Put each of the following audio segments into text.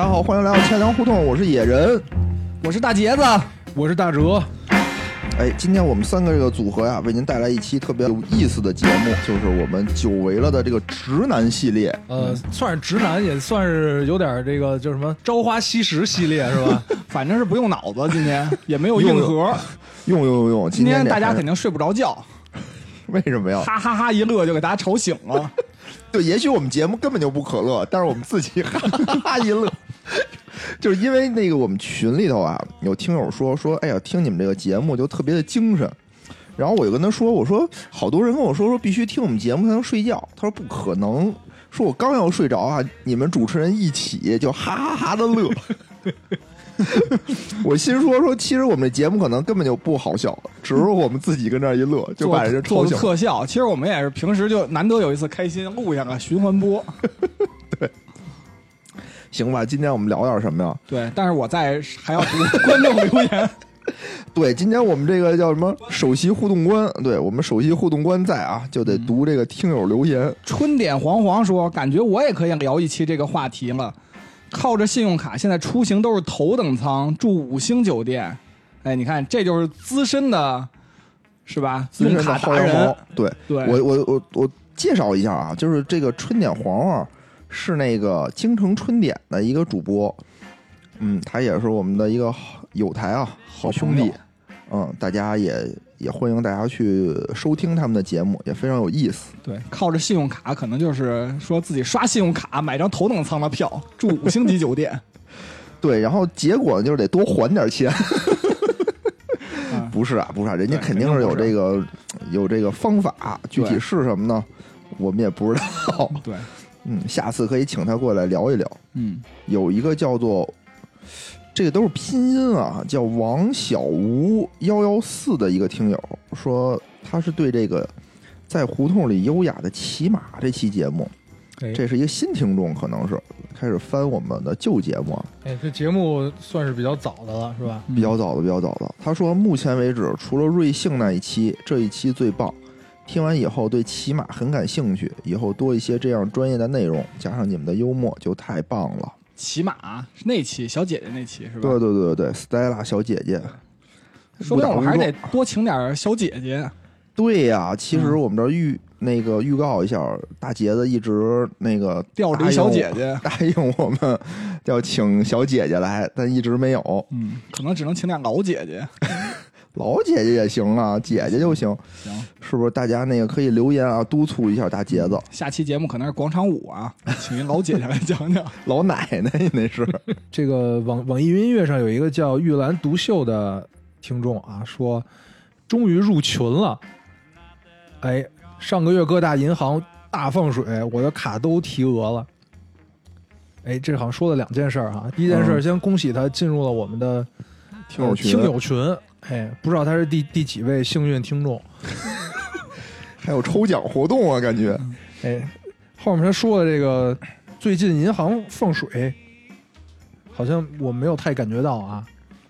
大家好，欢迎来到千粮胡同，我是野人。我是大杰子，我是大哲，哎，今天我们三个这个组合呀、为您带来一期特别有意思的节目，就是我们久违了的这个直男系列。呃，算是直男，也算是有点这个叫什么“朝花夕拾”系列是 吧？反正是不用脑子，今天也没有硬核。用用用用，今天天大家这肯定睡不着觉，为什么呀？哈哈哈一乐就给大家吵醒了。对，也许我们节目根本就不可乐，但是我们自己 哈哈哈一乐，就是因为那个我们群里头啊，有听友说说，哎呀，听你们这个节目就特别的精神。然后我就跟他说，我说好多人跟我说说必须听我们节目才能睡觉，他说不可能，说我刚要睡着啊，你们主持人一起就哈哈哈的乐。 我心说说，其实我们这节目可能根本就不好笑，只是我们自己跟这儿一乐， 就把人家吵做做醒做了。特效，其实我们也是平时就难得有一次开心，录下个循环播。行吧，今天我们聊点什么呀？对，但是我在还要读观众留言，对，今天我们这个叫什么？首席互动官，对我们首席互动官在啊，就得读这个听友留言。春点黄黄说，感觉我也可以聊一期这个话题了。靠着信用卡，现在出行都是头等舱，住五星酒店。哎，你看，这就是资深的，是吧？资用深的卡薅达羊人毛，，对，对我我我我介绍一下啊，就是这个春点黄黄是那个京城春点的一个主播，嗯，他也是我们的一个好友台啊好兄朋弟友，嗯，大家也也欢迎大家去收听他们的节目，也非常有意思。对，靠着信用卡，可能就是说自己刷信用卡买张头等舱的票，住五星级酒店。对，然后结果呢，就是得多还点钱。不是啊，不是啊，人家对肯定是有肯定不这是个有这个方法，具体对是什么呢？我们也不知道。 对，嗯，下次可以请他过来聊一聊。嗯，有一个叫做这个都是拼音啊，叫王小吴幺幺四的一个听友说，他是对这个在胡同里优雅的骑马这期节目，哎这是一个新听众，可能是开始翻我们的旧节目啊。哎，这节目算是比较早的了，是吧？嗯比较早的，比较早的。他说，目前为止，除了瑞幸那一期，这一期最棒。听完以后对骑马很感兴趣，以后多一些这样专业的内容，加上你们的幽默，就太棒了。骑马是那期小姐姐那期是吧？对对对对对，Stella 小姐姐，说不定我们还误打得误撞多请点小姐姐。对呀、其实嗯我们这儿预、那个预告一下，大杰子一直那个钓答应驴小姐我姐，答应我们要请小姐姐来，但一直没有。嗯，可能只能请点老姐姐。老姐姐也行啊，姐姐就行，行，是不是？大家那个可以留言啊，督促一下大杰子。下期节目可能是广场舞啊，请一老姐姐来讲讲。老奶奶那是，这个网网易云音乐上有一个叫玉兰独秀的听众啊，说终于入群了。哎，上个月各大银行大放水，我的卡都提额了。哎，这好像说了两件事儿、哈。第一件事儿，嗯先恭喜他进入了我们的听友群听哦友群。哎，不知道他是第第几位幸运听众。还有抽奖活动啊，感觉哎，后面他说的这个最近银行放水，好像我没有太感觉到啊，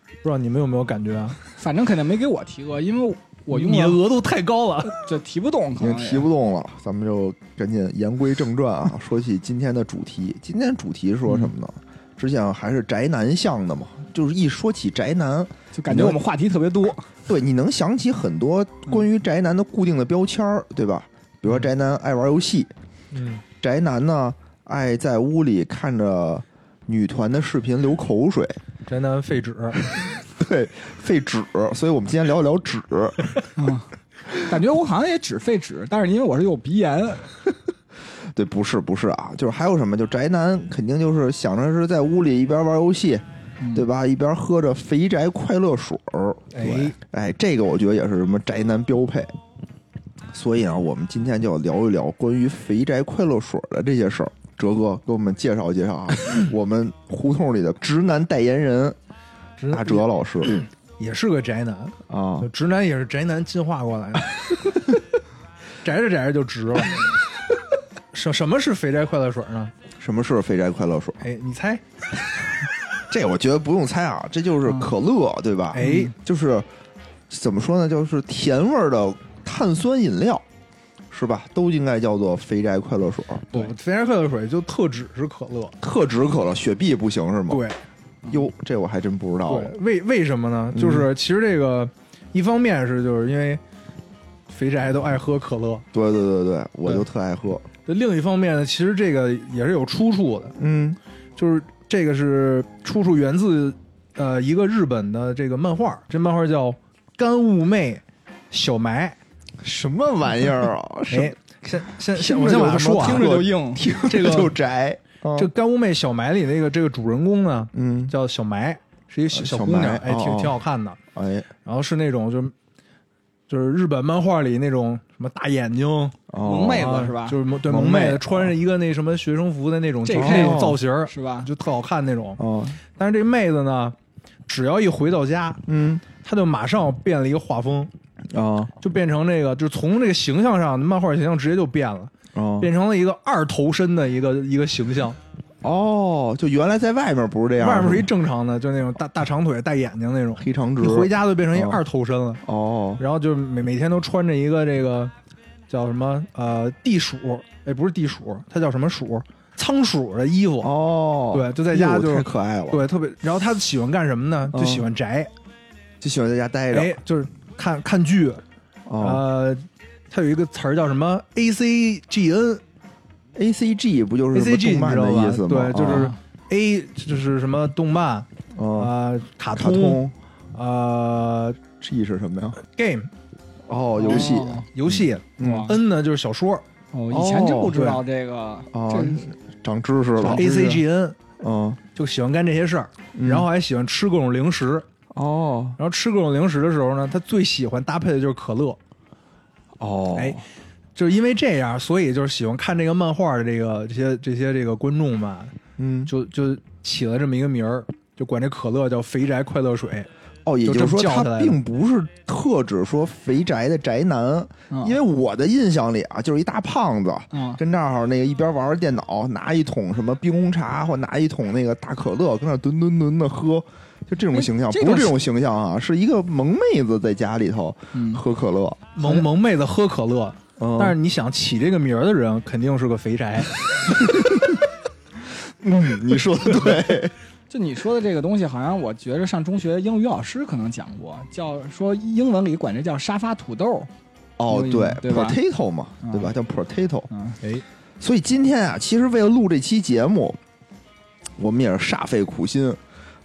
不知道你们有没有感觉啊？反正肯定没给我提过，因为我用你的了额度太高了，这提不动，已可经能提也不动了，咱们就赶紧言归正传啊，说起今天的主题。今天主题说什么呢？之前啊还是宅男向的嘛，就是一说起宅男，就感觉我们话题特别多。对，你能想起很多关于宅男的固定的标签儿，对吧？比如说宅男爱玩游戏， 嗯，宅男呢爱在屋里看着女团的视频流口水，宅男废 纸， 对，费纸。所以我们今天聊一聊纸。嗯，感觉我好像也只废纸，但是因为我是有鼻炎，对，不是不是啊，就是还有什么，就宅男肯定就是想着是在屋里一边玩游戏，嗯对吧？一边喝着肥宅快乐水儿，哎，哎，这个我觉得也是什么宅男标配。所以啊，我们今天就要聊一聊关于肥宅快乐水儿的这些事儿。哲哥给我们介绍介绍啊，我们胡同里的直男代言人直大哲老师也是个宅男，啊就，直男也是宅男进化过 来的，宅着宅着就直了。什什么是肥宅快乐水呢？什么是肥宅快乐水儿？哎，你猜？这我觉得不用猜啊，这就是可乐，对吧？嗯嗯哎，就是怎么说呢，就是甜味儿的碳酸饮料，是吧？都应该叫做肥宅快乐水，对不肥宅快乐水就特指是可乐。特指可乐，雪碧不行是吗？对哟，这我还真不知道了对，为为什么呢？嗯就是其实这个一方面是就是因为肥宅都爱喝可乐，对对对对，我就特爱喝。这另一方面呢，其实这个也是有出处的，嗯就是这个是出处源自呃一个日本的这个漫画，这漫画叫《干物妹小埋》。什么玩意儿啊？哎，先先先，听着我先把它有什么说完听听着着就就硬。听这 个就宅，啊这《干物妹小埋》里那个这个主人公呢，嗯，叫小埋，是一个小呃小小姑娘埋，哎，挺哦哦挺好看的。哎然后是那种就是就是日本漫画里那种什么大眼睛哦萌妹啊子是吧就是萌对萌萌妹妹子，穿着一个那什么学生服的那种这就是看那种着造型儿，是吧？就特好看那种。哦，但是这妹子呢，只要一回到家，嗯她就马上变了一个画风，啊就变成这个，就从这个形象上，漫画形象直接就变了，嗯哦变成了一个二头身的一个一个形象。哦，就原来在外面不是这样，外面是一吗正常的，就那种大大长腿、大眼睛那种，黑长直，一回家就变成一嗯哦二头身了。哦然后就每每天都穿着一个这个叫什么呃地鼠，哎不是地鼠，它叫什么鼠？仓鼠的衣服。哦，对，就在家哟就太是可爱了，对特别。然后他喜欢干什么呢？嗯就喜欢宅，就喜欢在家待着哎，就是看看剧。哦呃，他有一个词儿叫什么 A C G N A C G 不就是 A C G，动你漫知道的吧意思吗？？对，就是啊 A 就是什么动漫哦，啊，卡卡通通呃 G 是什么呀？ game 哦，游戏哦游戏嗯哇，N 呢就是小说哦，以前真不知道这个，哦这长知识了长， ，A C G N 嗯，就喜欢干这些事儿。嗯然后还喜欢吃各种零食。哦然后吃各种零食的时候呢，他最喜欢搭配的就是可乐。哦，哎，就是因为这样，所以就是喜欢看这个漫画的这个这些这些这个观众们，嗯，就就起了这么一个名儿，就管这可乐叫“肥宅快乐水哦，也就就这是说，么叫它起来的并不是特指说肥宅的宅男，嗯因为我的印象里啊，就是一大胖子。嗯，跟这儿那个一边玩着电脑，拿一桶什么冰红茶或拿一桶那个大可乐，跟那儿吨吨吨的喝，就这种哎形象，这不种是这种形象啊，是一个萌妹子在家里头嗯喝可乐，”，萌萌妹子喝可乐。嗯，但是你想起这个名儿的人，肯定是个肥 宅。嗯，你说的 对，就你说的这个东西，好像我觉着上中学英语老师可能讲过，叫说英文里管这叫沙发土豆，哦，对对吧，potato 嘛，嗯对吧？叫 potato，嗯，哎，所以今天啊，其实为了录这期节目，我们也是煞费苦心，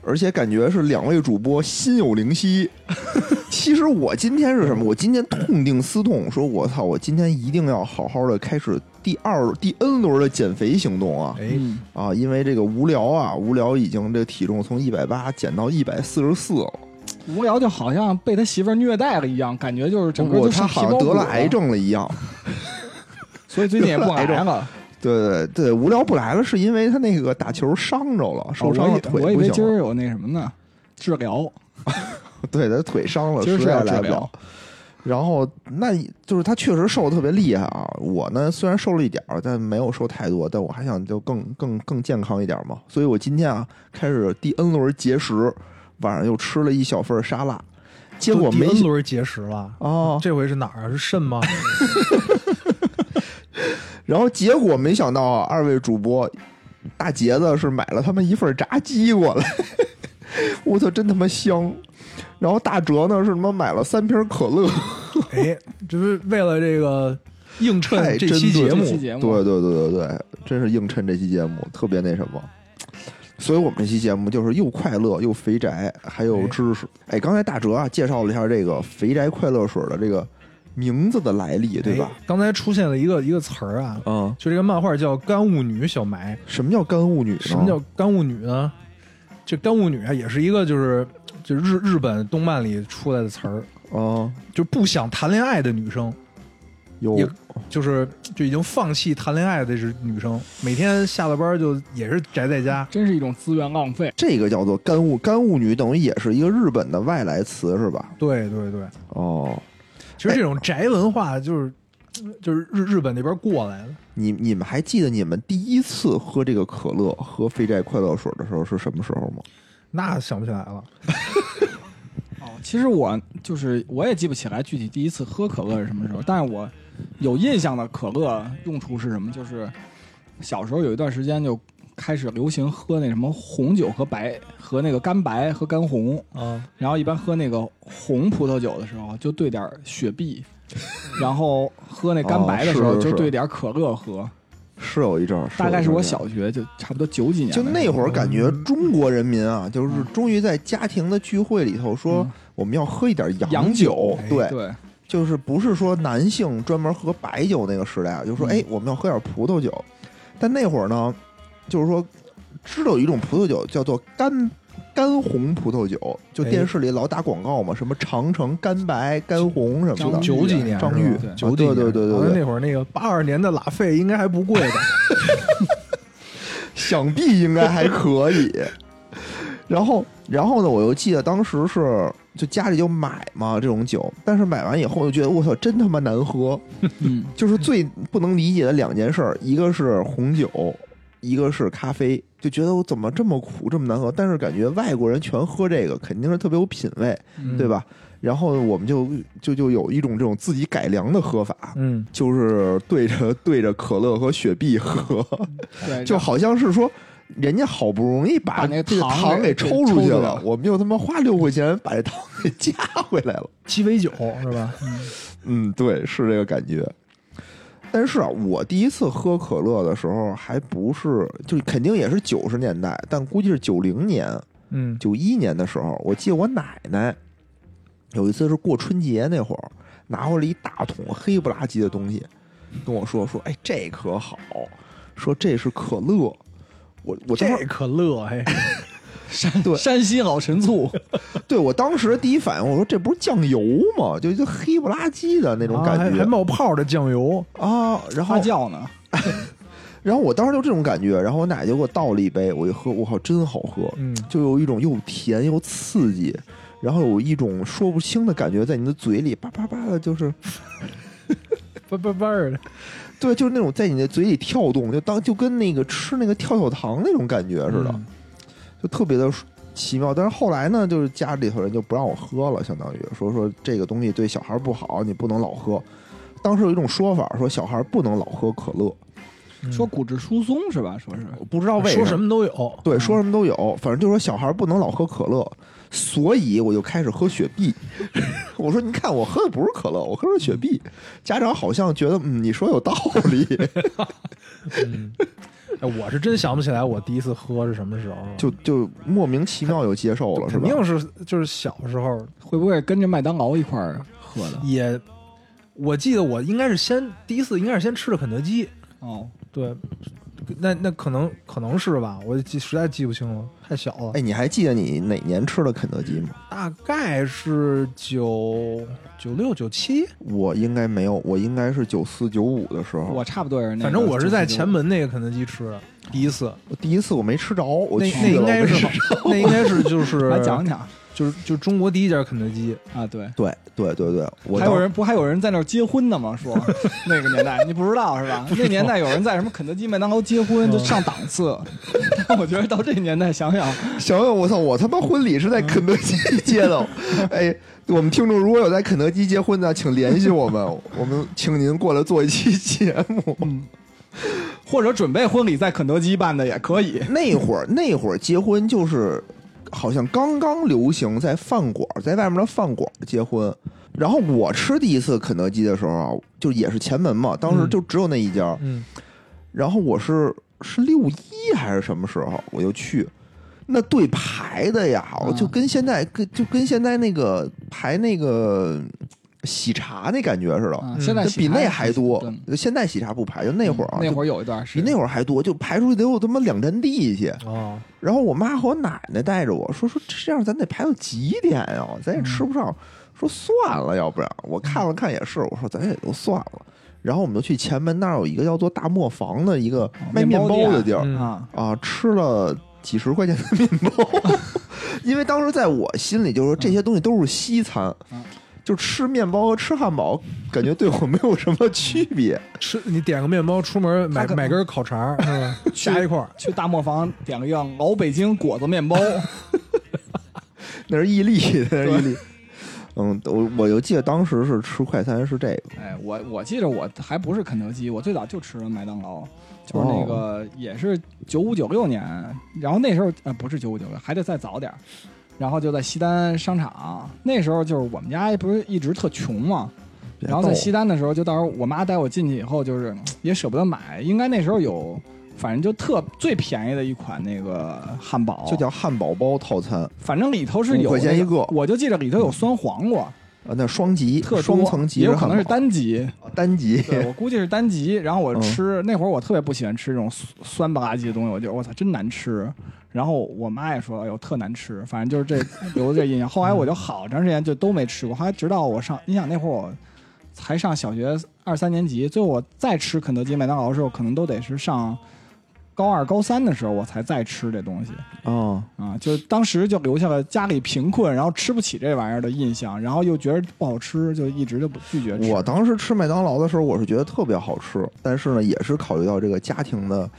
而且感觉是两位主播心有灵犀。 其实我今天是什么？我今天痛定思痛，说我操，我今天一定要好好的开始第二、第 N 轮的减肥行动啊！哎，嗯，啊，因为这个无聊啊，无聊已经这个体重从一百八减到一百四十四了。无聊就好像被他媳妇儿虐待了一样，感觉就是整个我就他上皮好像包得骨了癌，症了一样。所以最近也不来得了。对对对，无聊不来了，是因为他那个打球伤着 了，受伤哦我了以腿我以不为行今了。儿有那什么呢，治疗，对他腿伤了，今儿实是在要治来不了疗。然后那就是他确实瘦的特别厉害啊。我呢虽然瘦了一点儿，但没有瘦太多，但我还想就更更更健康一点嘛。所以我今天啊开始第 N 轮节食，晚上又吃了一小份沙拉，结果都第没 N 轮节食了。哦，这回是哪儿啊？是肾吗？ 然后结果没想到啊，二位主播大杰子是买了他们一份炸鸡过来，我操，真他妈香！然后大哲呢是他妈买了三瓶可乐，哎，这是为了这个映衬太这针期对节了目这，期节目对对对对对，真是映衬这期节目特别那什么。所以我们这期节目就是又快乐又肥宅，还有哎知识。哎，刚才大哲啊介绍了一下这个“肥宅快乐水”的这个名字的来历，对吧哎？刚才出现了一个一个词儿啊，嗯，就这个漫画叫《干物女小埋》。什么叫干物女呢？什么叫干物女呢？这干物女啊，也是一个就是就日日本动漫里出来的词儿，嗯，就不想谈恋爱的女生，有也就是就已经放弃谈恋爱的是女生，每天下了班就也是宅在家。真是一种资源浪费。这个叫做干物干物女，等于也是一个日本的外来词，是吧？对对对，哦，其实这种宅文化就是就是日日本那边过来的。你你们还记得你们第一次喝这个可乐、喝肥宅快乐水的时候是什么时候吗？那想不起来了，哦，其实我就是我也记不起来具体第一次喝可乐是什么时候，但是我有印象的可乐用处是什么？就是小时候有一段时间就开始流行喝那什么红酒和白和那个干白和干红，哦啊，然后一般喝那个红葡萄酒的时候就兑点儿雪碧，然后喝那干白的时哦候是是就是兑点儿可乐喝。是有一阵儿，大概是有我一阵儿小学就差不多九几年的嗯时就候，那会儿感觉中国人民啊，就是终于在家庭的聚会里头说嗯我们要喝一点洋酒哎酒，对，哎对就是不是说男性专门喝白酒那个时代啊，就说嗯哎我们要喝点葡萄酒，但那会儿呢，就是说知道有一种葡萄酒叫做干。干红葡萄酒，就哎电视里老打广告嘛，什么长城干白、干红什么的张。九几裕啊年张是吧裕对九几啊年，对对对对好对像那会儿那个八二年的拉菲应该还不贵吧？想必应该还可以。然后，然后呢，我又记得当时是就家里就买嘛这种酒，但是买完以后就觉得我操，真他妈难喝。嗯，就是最不能理解的两件事儿，一个是红酒，一个是咖啡，就觉得我怎么这么苦，这么难喝。但是感觉外国人全喝这个，肯定是特别有品位，嗯对吧？然后我们就就就有一种这种自己改良的喝法， 嗯，就是对着对着可乐和雪碧喝。对， 就好像是说，人家好不容易把把那个这个糖糖给给抽出抽去出来了了，我们就他妈花六块钱把这糖给加回来了。鸡尾酒是吧？嗯，对，是这个感觉。但是啊，我第一次喝可乐的时候，还不是就肯定也是九十年代，但估计是九零年、嗯，九一年的时候，我记得我奶奶有一次是过春节那会儿，拿回来一大桶黑不拉几的东西，跟我说说，哎，这可好，说这是可乐。我我当时这可乐嘿，山对山西老陈醋，对我当时第一反应，我说这不是酱油吗？就就黑不拉几的那种啊还感觉还冒泡的酱油，啊然后花轿呢，然后我当时就这种感觉，然后我奶就给我倒了一杯，我一喝，我靠，真好喝，嗯，就有一种又甜又刺激，然后有一种说不清的感觉在你的嘴里叭叭叭的，就是叭叭叭儿的，对，就是那种在你的嘴里跳动，就当就跟那个吃那个跳跳糖那种感觉似的，嗯就特别的奇妙。但是后来呢，就是家里头人就不让我喝了，相当于说说这个东西对小孩不好，你不能老喝。当时有一种说法，说小孩不能老喝可乐，嗯说骨质疏松是吧？说是我不知道为说什么。么嗯都有，对，说什么都有，反正就说小孩不能老喝可乐，所以我就开始喝雪碧。 我说，你看我喝的不是可乐，我喝的是雪碧。家长好像觉得，嗯，你说有道理，嗯， 哎，我是真想不起来我第一次喝是什么时候了，就就莫名其妙就接受了，是嗯肯吧？定是就是小时候会不会跟着麦当劳一块儿喝的？也，我记得我应该是先第一次应该是先吃的肯德基，哦，对，那那可能可能是吧，我记实在记不清了，太小了，哎，你还记得你哪年吃的肯德基吗？大概是九九六九七，我应该没有，我应该是九四九五的时候，哦我差不多也是那个。反正我是在前门那个肯德基吃的第一次，我第一次我没吃着，我那去那了应该我没是吃好那应该是就是来讲讲就是就中国第一家肯德基，啊，对。 对对对对，我还有当人不还有人在那儿结婚呢吗？说那个年代你不知道是吧？那年代有人在什么肯德基、麦当劳结婚就上档次， 但我觉得到这年代想想，想想我操，我他妈婚礼是在肯德基结的，嗯哎，我们听众如果有在肯德基结婚的，请联系我们，我们请您过来做一期节目。或者准备婚礼在肯德基办的也可以。那会儿那会儿结婚就是好像刚刚流行在饭馆，在外面的饭馆结婚。然后我吃第一次肯德基的时候啊，就也是前门嘛，当时就只有那一家。嗯，然后我是是六一还是什么时候我就去，那队排的呀，我就跟现在跟就跟现在那个排那个喜茶那感觉似的，啊嗯现在就喜比茶那也还是多对。现在喜茶不排，就那会儿啊，那就会儿有一段是比那会儿还多，就排出去得有他妈两站地去。哦，然后我妈和我奶奶带着我说说这样咱得排到几点呀、咱也吃不上。说算了，要不然我看了看也是，我说咱也就算了。然后我们就去前门那儿有一个叫做大磨坊的一个卖面哦面包包的地儿店啊，啊，吃了几十块钱的面包，因为当时在我心里就是说这些东西都是西餐嗯，就吃面包和吃汉堡感觉对我没有什么区别。吃你点个面包，出门买他可买根烤肠儿是 吧？加一块儿，去大磨坊点了一样老北京果子面包，那是伊利，那是伊利。嗯，我我就记得当时是吃快餐是这个，哎，我我记着我还不是肯德基，我最早就吃了麦当劳，就是哦那个也是九五九六年，然后那时候呃不是九五九六，还得再早点儿，然后就在西单商场，那时候就是我们家不是一直特穷嘛，别然后在逗西单的时候，就到时候我妈带我进去以后，就是也舍不得买，应该那时候有，反正就特最便宜的一款那个汉堡，就叫汉堡包套餐反正里头是有5块钱那一个我就记着里头有酸黄瓜，啊，那双级特多双层级也有汉可堡能是单级，单级，对我估计是单级。然后我嗯吃、那会儿我特别不喜欢吃这种酸酸不拉几的东西，我就我操真难吃。然后我妈也说，哎呦特难吃，反正就是这留的这印象。后来哎我就好长时间就都没吃过，后来直到我上，你想那会儿我才上小学二三年级，最后我再吃肯德基、麦当劳的时候，可能都得是上高二、高三的时候我才再吃这东西。啊，啊，就是当时就留下了家里贫困，然后吃不起这玩意儿的印象，然后又觉得不好吃，就一直就不拒绝吃。我当时吃麦当劳的时候，我是觉得特别好吃，但是呢，也是考虑到这个家庭的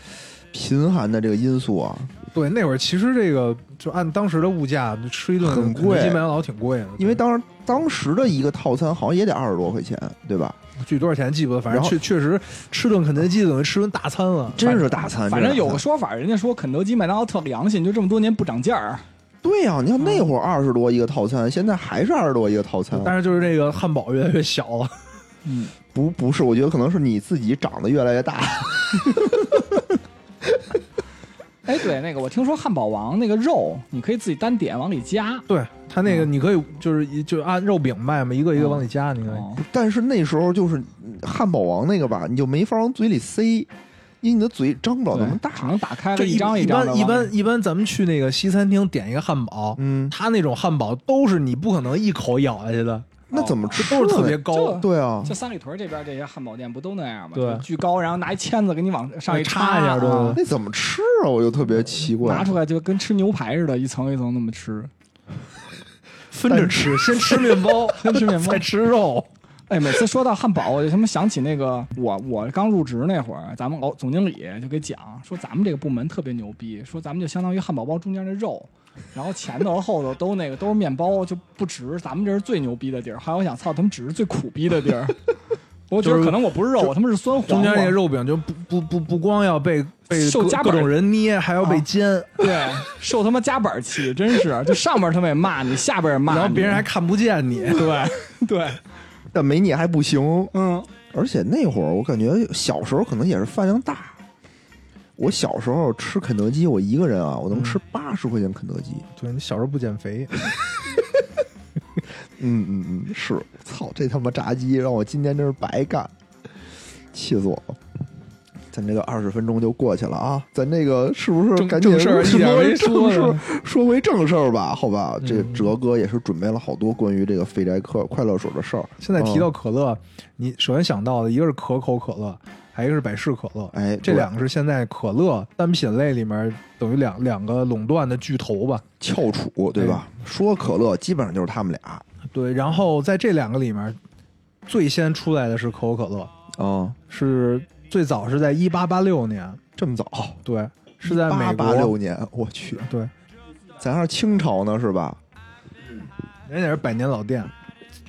贫寒的这个因素啊，对，那会儿其实这个就按当时的物价，吃一顿很肯德贵基麦当劳挺贵的，因为当当时的一个套餐好像也得二十多块钱，对吧？具体多少钱记不得，反然正后确确实吃顿肯德基等于吃顿大餐了。真是大餐，反正啊真是有大餐个说法，人家说肯德基、麦当劳特良心，就这么多年不涨价儿。对呀、你看那会儿二十多一个套餐，现在还是二十多一个套餐，但是就是这个汉堡越来越小了，嗯，不不是，我觉得可能是你自己长得越来越大，哎，对，那个我听说汉堡王那个肉，你可以自己单点往里加。对它那个嗯你可以就是一就按肉饼卖嘛，一个一个往里加，你看。哦，但是那时候就是嗯汉堡王那个吧，你就没法往嘴里塞，因为你的嘴张不了那么对只大。能打开就了一张一张的般往里。一般一般，咱们去那个西餐厅点一个汉堡，嗯，它那种汉堡都是你不可能一口咬下去的，那怎么哦吃呢？都是特别高这，对啊，就三里屯这边这些汉堡店不都那样吗？对就巨高，然后拿一签子给你往上一插一下对啊那怎么吃啊？我就特别奇怪拿。出来就跟吃牛排似的，一层一层那么吃。分着吃，先吃面包， 先吃面包再吃肉。哎，每次说到汉堡，我就他妈想起那个我我刚入职那会儿，咱们老总经理就给讲说咱们这个部门特别牛逼，说咱们就相当于汉堡包中间的肉，然后前头和后头都那个都是面包，就不值，咱们这是最牛逼的地儿。后来我想，操，他们只是最苦逼的地儿。我觉就得是可能我不是肉，我他妈是酸黄瓜。中间那个肉饼就不不不不光要被被受各夹各板种人捏，还要被啊煎，对，受他妈夹板气，真是，就上边他们也骂你，下边也骂你，然后别人还看不见你。 对对，但没你还不行，嗯，而且那会儿我感觉小时候可能也是饭量大。我小时候吃肯德基，我一个人啊，我能吃嗯八十块钱肯德基。对你小时候不减肥，嗯嗯嗯，是，操，这他妈炸鸡让我今天真是白干，气死我了。咱这个二十分钟就过去了啊，咱这个是不是正赶紧正事儿一点说没正说事儿呢说回正事儿吧？好吧，这嗯哲哥也是准备了好多关于这个肥宅客快乐水的事儿。现在提嗯到可乐，你首先想到的一个是可口可乐，还有一个是百事可乐。哎，这对两个是现在可乐单品类里面等于两两个垄断的巨头吧？翘楚对吧？哎说可乐基本上就是他们俩对，然后在这两个里面，最先出来的是可口可乐，啊，哦是最早是在一八八六年，这么早对，是在美八国八六年，我去，对，咱还是清朝呢是吧？人家也是百年老店，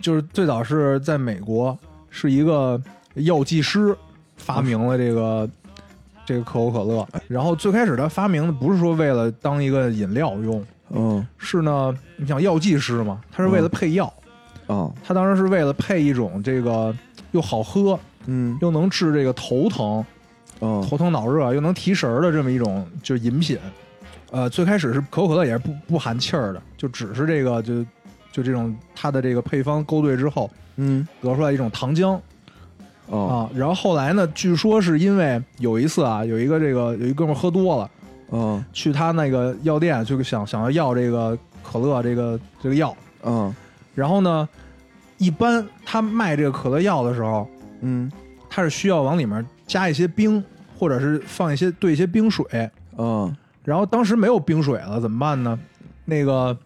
就是最早是在美国，是一个药剂师发明了这个这个可口可乐。然后最开始他发明的不是说为了当一个饮料用，嗯是呢，你想药剂师嘛，他是为了配药，啊他当时是为了配一种这个又好喝嗯又能治这个头疼、嗯头疼脑热又能提神儿的这么一种就是饮品。呃，最开始是可口可乐也是不不含气儿的，就只是这个就就这种它的这个配方勾兑之后嗯得出来一种糖浆哦啊。然后后来呢，据说是因为有一次啊，有一个这个有一哥们儿喝多了，嗯去他那个药店就想想要要这个可乐这个这个药，嗯然后呢，一般他卖这个可乐药的时候，嗯他是需要往里面加一些冰，或者是放一些兑一些冰水。嗯然后当时没有冰水了，怎么办呢？那个、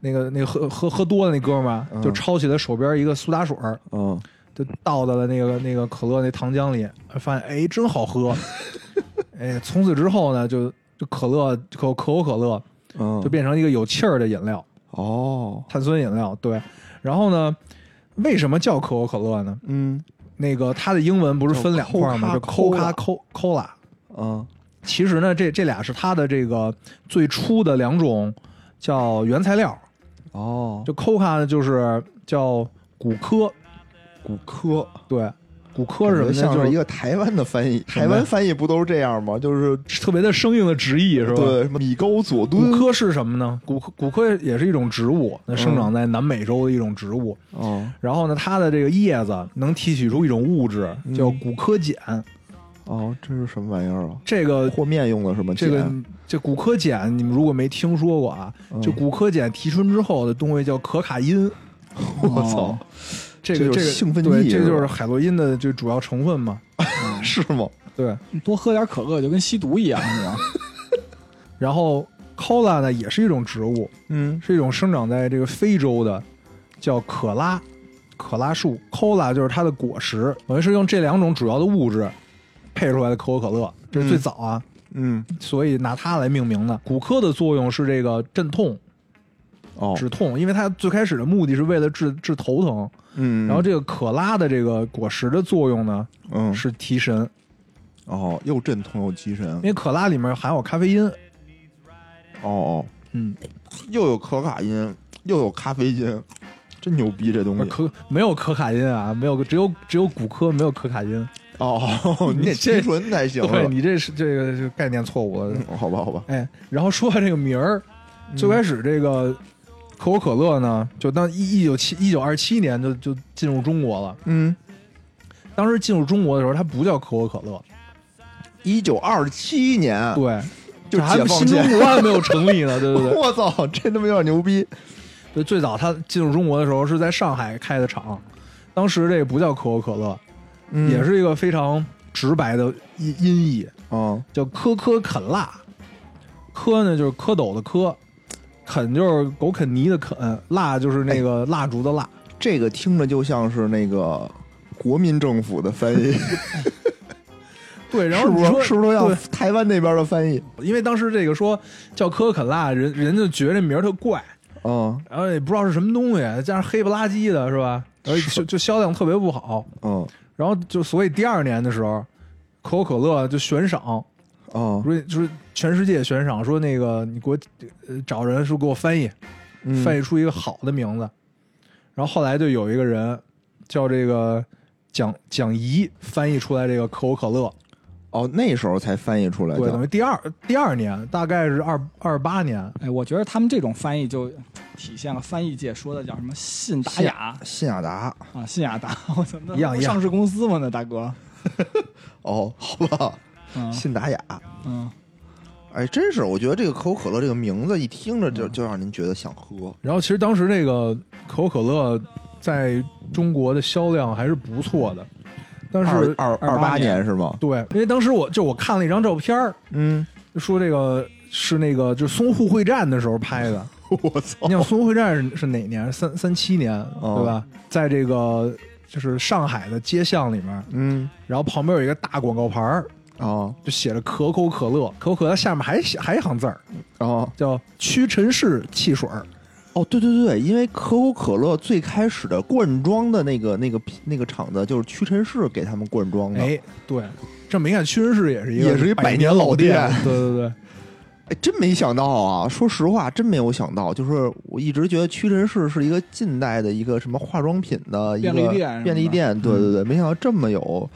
那个、那个喝喝喝多的那哥们儿啊嗯就抄起了手边一个苏打水儿，嗯就倒到了那个那个可乐那糖浆里，发现哎真 好喝。哎，从此之后呢，就就可乐可可口可乐嗯，就变成一个有气儿的饮料。哦，碳酸饮料，对。然后呢，为什么叫可口可乐呢？嗯那个它的英文不是分两块吗？叫就 Coca-Cola Coca Cola。啊其实呢，这这俩是它的这个最初的两种叫原材料。哦，就 Coca 呢，就是叫骨科，骨科，对，骨科感是什觉么呢？像就是一个台湾的翻译，么台呀湾翻译不都是这样吗？就是特别的生硬的直译，是吧？对什么米高佐骨敦科是什么呢？骨科骨科也是一种植物，那生长在南美洲的一种植物。哦然后呢，它的这个叶子能提取出一种物质，叫嗯骨科碱。哦，这是什么玩意儿啊？这个和面用的什么碱？这个这骨科碱，你们如果没听说过啊，嗯就骨科碱提纯之后的东西叫可卡因。我操哦，这这就个是这个兴奋剂对是吧这就是海洛因的就主要成分嘛。是吗？对，多喝点可乐就跟吸毒一样，是吧？然后 cola 呢也是一种植物，嗯是一种生长在这个非洲的，叫可拉，可拉树。cola 就是它的果实，等于是用这两种主要的物质配出来的可口可乐，这是最早啊，嗯，所以拿它来命名的。骨科的作用是这个镇痛、哦，止痛，因为它最开始的目的是为了治治头疼。嗯，然后这个可拉的这个果实的作用呢嗯是提神，哦，又镇痛又提神因，为可拉里面含有咖啡因。哦哦，嗯，又有可卡因，又有咖啡因，真牛逼这东西。可没有可卡因啊，没有只有只有骨科没有可卡因。哦，你得提纯才行。对是吧你这是这个这个概念错误了。嗯好吧，好吧，哎，然后说这个名儿，最开始这个可口可乐呢，就当一一九七一九二七年就就进入中国了。嗯，当时进入中国的时候，它不叫可口可乐，一九二七年，对，啊就这还解放新前中国还没有成立呢， 对对对。我操，这他妈有点牛逼。对，最早它进入中国的时候是在上海开的厂，当时这个不叫可口可乐，嗯也是一个非常直白的音音译，哦叫科科肯辣。科呢就是蝌蚪的蝌，肯就是狗啃泥的啃，蜡就是那个蜡烛的蜡。这个听着就像是那个国民政府的翻 译，对，然是后不哦你说是？是不是要对台湾那边的翻译？因为当时这个说叫可口可辣，人人就觉得这名儿特怪，嗯然后也不知道是什么东西，加上黑不拉几的是吧？然后就就销量特别不好，嗯然后就所以第二年的时候，可口可乐就悬赏，嗯说就是全世界悬赏，说那个你给我呃找人说给我翻译，嗯，翻译出一个好的名字。然后后来就有一个人叫这个蒋蒋怡翻译出来这个可口可乐，哦，那时候才翻译出来嗯对，等的于。第二第二年大概是二二八年，哎，我觉得他们这种翻译就体现了翻译界说的叫什么“信达雅信雅达，”啊，“信雅达”， 我操，那一样不一样上市公司吗？那大哥，哦，好吧，嗯信达雅，嗯，哎，真是，我觉得这个可口可乐这个名字一听着嗯就就让您觉得想喝。然后其实当时这个可口可乐在中国的销量还是不错的，但是二八二八年是吗？对，因为当时我就我看了一张照片儿，嗯，就说这个是那个就是淞沪会战的时候拍的。 我操哦你，想淞沪会战是是哪年？三三七年对吧？在这个就是上海的街巷里面，嗯，然后旁边有一个大广告牌儿，哦就写着可口可乐，可口可乐下面还写还一行字儿哦叫屈臣氏汽水儿。哦，对对对，因为可口可乐最开始的灌装的那个那个那个厂子就是屈臣氏给他们灌装的，哎，对，这么一看，屈臣氏也是一个嗯也是一百百年老老店对对对。哎，真没想到啊！说实话，真没有想到，就是我一直觉得屈臣氏是一个近代的一个什么化妆品的一个便利店是吧嗯便利店，对对对，没想到这么有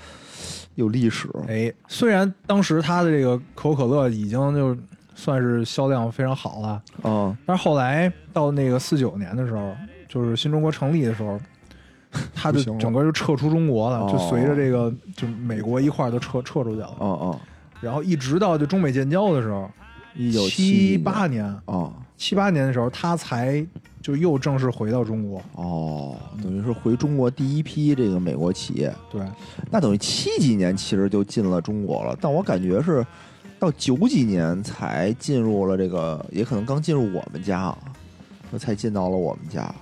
有历史。哎，虽然当时它的这个可口可乐已经就算是销量非常好了，嗯，但是后来到那个四九年的时候，就是新中国成立的时候，它就不行了整个就撤出中国了，哦就随着这个就美国一块儿都撤撤出去了。哦哦，然后一直到就中美建交的时候，一九七八八年，哦七八年的时候，它才就又正式回到中国。哦，等于是回中国第一批这个美国企业，对，那等于七几年其实就进了中国了，但我感觉是到九几年才进入了这个，也可能刚进入我们家，啊，才进到了我们家。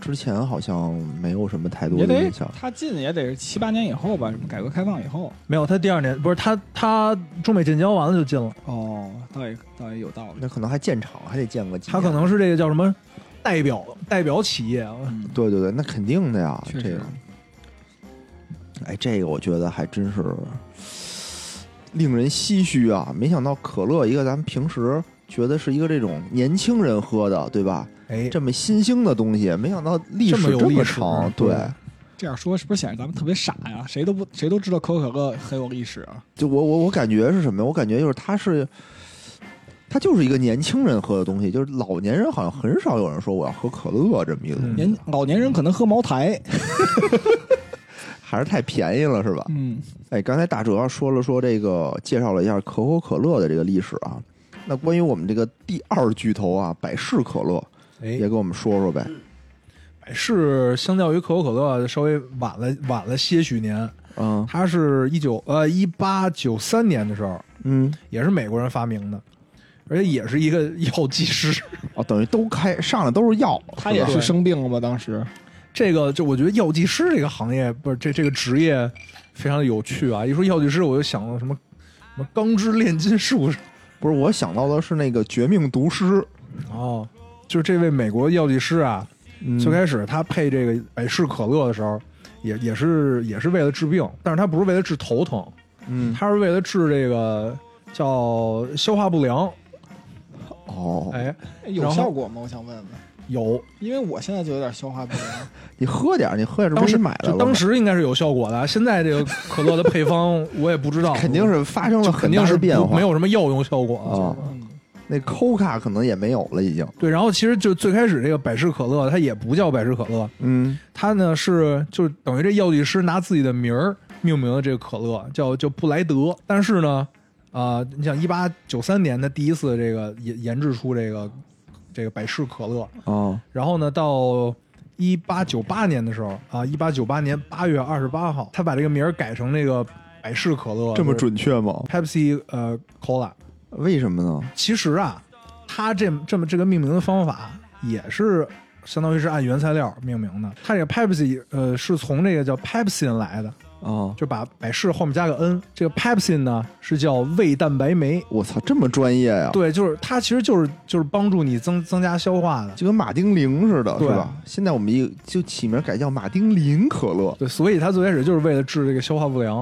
之前好像没有什么太多也的得印象。他进也得是七八年以后吧，什么改革开放以后。没有，它第二年不是它它中美建交完了就进了，哦哦，倒也倒也有道理。那可能还建厂，还得建个几它年可能是这个叫什么代表代表企业啊，嗯对对对，那肯定的呀，确这实个，哎，这个我觉得还真是令人唏嘘啊！没想到可乐，一个咱们平时觉得是一个这种年轻人喝的，对吧？哎，这么新兴的东西，没想到历这么史有这历么史嗯长，对对。这样说是不是显得咱们特别傻呀？谁都不谁都知道可口可乐很有历史啊。就我我我感觉是什么呀？我感觉就是它是，它就是一个年轻人喝的东西，就是老年人好像很少有人说我要喝可乐这么一个东西，嗯年老年人可能喝茅台，还是太便宜了是吧？嗯，哎，刚才大哲说了说这个，介绍了一下可口可乐的这个历史啊。那关于我们这个第二巨头啊，百事可乐，哎也，给我们说说呗。百事相较于可口可乐稍微晚了晚了些许年，嗯它是一九呃一八九三年的时候，嗯，也是美国人发明的，而且也是一个药剂师。 哦，等于都开上的都是药，他也吧是生病了吧？当时这个就我觉得药剂师这个行业不是这这个职业非常有趣啊！一说药剂师，我就想到什么什么钢之炼金术士不是我想到的是那个《绝命毒师》哦，就是这位美国药剂师啊，嗯最开始他配这个百事可乐的时候，也也是也是为了治病，但是他不是为了治头疼，嗯他是为了治这个叫消化不良。哦，哎，有然后效果吗？我想问问，有，因为我现在就有点消化不良。你喝点儿，你喝点儿，这当不是时你买来了吗，就当时应该是有效果的，现在这个可乐的 配方我也不知道，肯定是发生了啊就很肯定大是的变不化，没有什么药用效果啊嗯，那 Coca 可能也没有了，已经。对，然后其实就最开始这个百事可乐，它也不叫百事可乐，嗯它呢是就是等于这药剂师拿自己的名儿命名的这个可乐，叫叫布莱德。但是呢，啊、你想一八九三年他第一次这个研研制出这个这个百事可乐，哦然后呢到。一八九八年的时候啊，一八九八年八月二十八号，他把这个名儿改成那个百事可乐，这么准确吗？ ，Pepsi 呃 Cola。为什么呢？其实啊，它这这么这个命名的方法啊也是相当于是按原材料命名的。它这个 Pepsi 呃是从这个叫 Pepsin 来的，啊，就把百事后面加个 N。这个 Pepsin 呢是叫胃蛋白酶，我操，这么专业呀、对，就是它其实就是就是帮助你增增加消化的。就跟马丁啉似的，是对吧？现在我们一就起名改叫马丁啉可乐。对，所以它最开始就是为了治这个消化不良。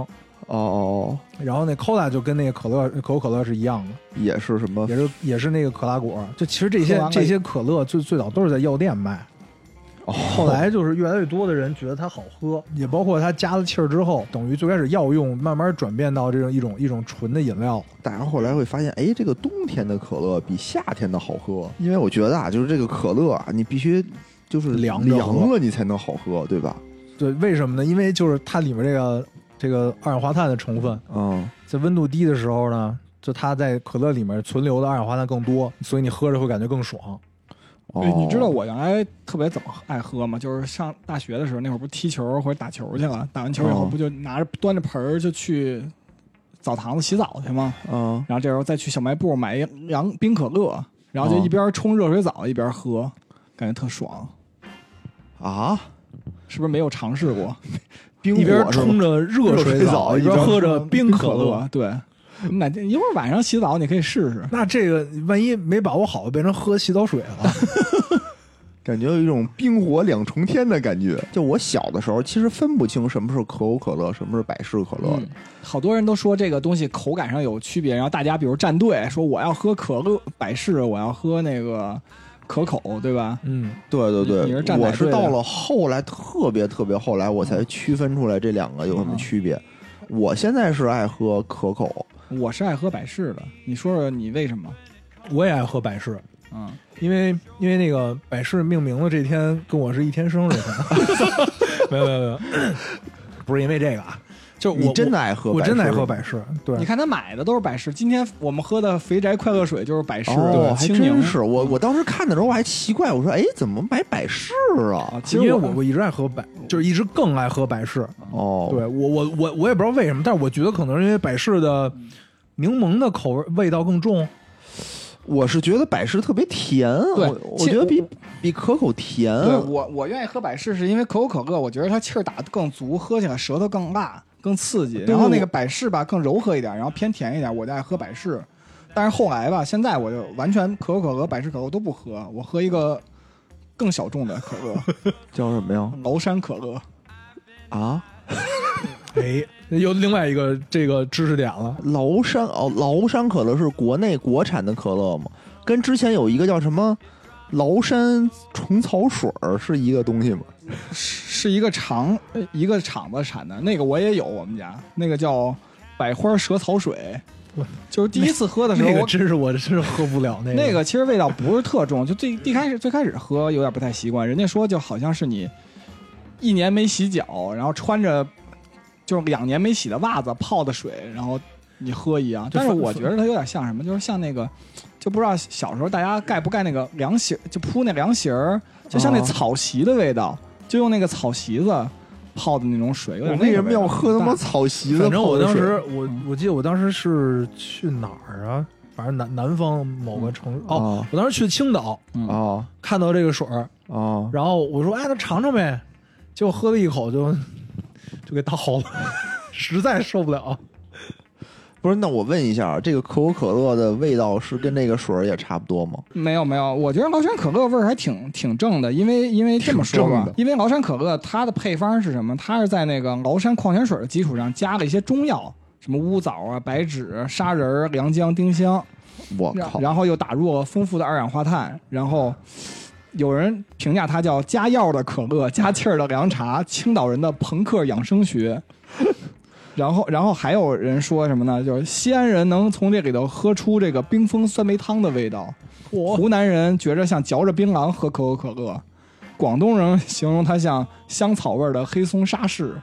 哦哦，然后那 Cola 就跟那个可乐、可口可乐是一样的，哦也是什么也是也是那个可拉果。就其实这些喝完了这些可乐最最早都是在药店卖，哦后来就是越来越多的人觉得它好喝，也包括它加了气儿之后，等于最开始药用慢慢转变到这种一种一种纯的饮料。大家后来会发现，哎，这个冬天的可乐比夏天的好喝，因为我觉得啊，就是这个可乐啊，你必须就是凉着凉喝了你才能好喝，对吧？对，为什么呢？因为就是它里面这个这个二氧化碳的成分，嗯，在温度低的时候呢，就它在可乐里面存留的二氧化碳更多，所以你喝着会感觉更爽。哦对，你知道我原来特别怎么爱喝吗？就是上大学的时候，那会儿不踢球或者打球去了，打完球以后哦不就拿着端着盆儿就去澡堂子洗澡去吗？嗯，然后这时候再去小卖部买一凉冰可乐，然后就哦一边冲热水澡一边喝，感觉特爽，啊，是不是没有尝试过？冰一边火是吗冲着热水澡，热水澡一边喝着冰可可乐。，对，你哪天一会儿晚上洗澡你可以试试。那这个万一没把握好，变成喝洗澡水了。感觉有一种冰火两重天的感觉。就我小的时候，其实分不清什么是可口可乐，什么是百事可乐。嗯，好多人都说这个东西口感上有区别，然后大家比如站队说我要喝可乐百事，我要喝那个可口，对吧？嗯，对对对，你是站哪我队是的到了后来特别特别后来，我才区分出来这两嗯个有什么区别。我现在是爱喝可口，我是爱喝百事的，你说说你为什么？我也爱喝百事。嗯，因为因为那个百事命名的这天跟我是一天生日，没有没有没有，不是因为这个啊，就你我真的爱喝我，我真的爱喝百事百事，哦对你，看他买的都是百事，今天我们喝的肥宅快乐水就是百事，哦，还清柠真是我我当时看的时候我还奇怪，我说哎，怎么买百事啊啊。？其因为实我我一直爱喝百，就是一直更爱喝百事，哦，对我我我我也不知道为什么，但是我觉得可能是因为百事的柠檬的口味味道更重，我是觉得百事特别甜，啊对我我其觉得比比可口甜。啊对我我愿意喝百事是因为可口可乐，我觉得它气儿打得更足，喝起来舌头更辣、更刺激。对然后那我个百事吧更柔和一点，然后偏甜一点，我就爱喝百事。但是后来吧，现在我就完全可口可乐、百事可乐都不喝，我喝一个更小众的可乐， 叫什么呀？崂山可乐。啊，哎，又另外一个这个知识点了。崂山哦，崂山可乐是国内国产的可乐吗？跟之前有一个叫什么崂山虫草水儿是一个东西吗？是一个厂呃一个厂子产的，那个我也有，我们家那个叫百花蛇草水我，就是第一次喝的时候，那个我真是我真是喝不了那个。那个其实味道不是特重，就 最一开始最开始喝有点不太习惯，人家说就好像是你一年没洗脚，然后穿着就是两年没洗的袜子泡的水，然后你喝一样。就但是放我觉得它有点像什么，就是像那个就不知道小时候大家盖不盖那个凉席，就铺那凉席儿，就像那哦草席的味道，就用那个草席子泡的那种水，有我点那为个什么要味道喝他妈但草席子反正泡我的当水？时我嗯我记得我当时是去哪儿啊？反正南南方某个城市、哦，哦我当时去青岛嗯哦看到这个水儿，哦，然后我说哎，那尝尝呗，结果喝了一口就 就给倒了， 实在受不了。不是，那我问一下，这个可口可乐的味道是跟那个水儿也差不多吗？没有没有，我觉得崂山可乐味儿还挺挺正的，因为因为这么说挺正吧的，因为崂山可乐它的配方是什么？它是在那个崂山矿泉水的基础上加了一些中药，什么乌枣啊、白芷、砂仁儿、良姜、丁香，我然靠！然后又打入了丰富的二氧化碳，然后有人评价它叫加药的可乐，加气儿的凉茶，青岛人的朋克养生学。 然后，然后还有人说什么呢？就是西安人能从这里头喝出这个冰封酸梅汤的味道，我湖南人觉着像嚼着槟榔喝可口可乐，广东人形容它像香草味儿的黑松沙士，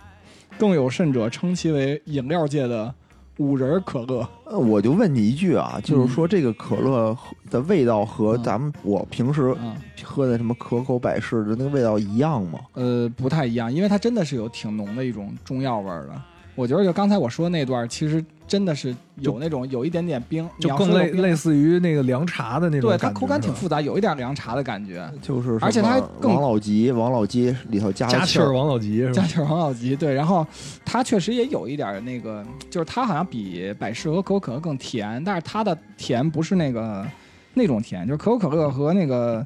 更有甚者称其为饮料界的五仁儿可乐。呃我就问你一句啊，就是说这个可乐的味道和嗯咱们我平时啊，喝的什么可口百事的那个味道一样吗？呃，不太一样，因为它真的是有挺浓的一种中药味儿的。我觉得就刚才我说那段儿，其实真的是有那种有一点点冰，就更类类似，似于那个凉茶的那种对它感觉，口感挺是吧复杂，有一点凉茶的感觉。就是什么而且它还更王老吉，王老吉里头加了加气儿儿王老吉 是加吧？点王老吉，对，然后它确实也有一点儿那个，就是它好像比百事和可口可乐更甜，但是它的甜不是那个那种甜，就是可口可乐和那个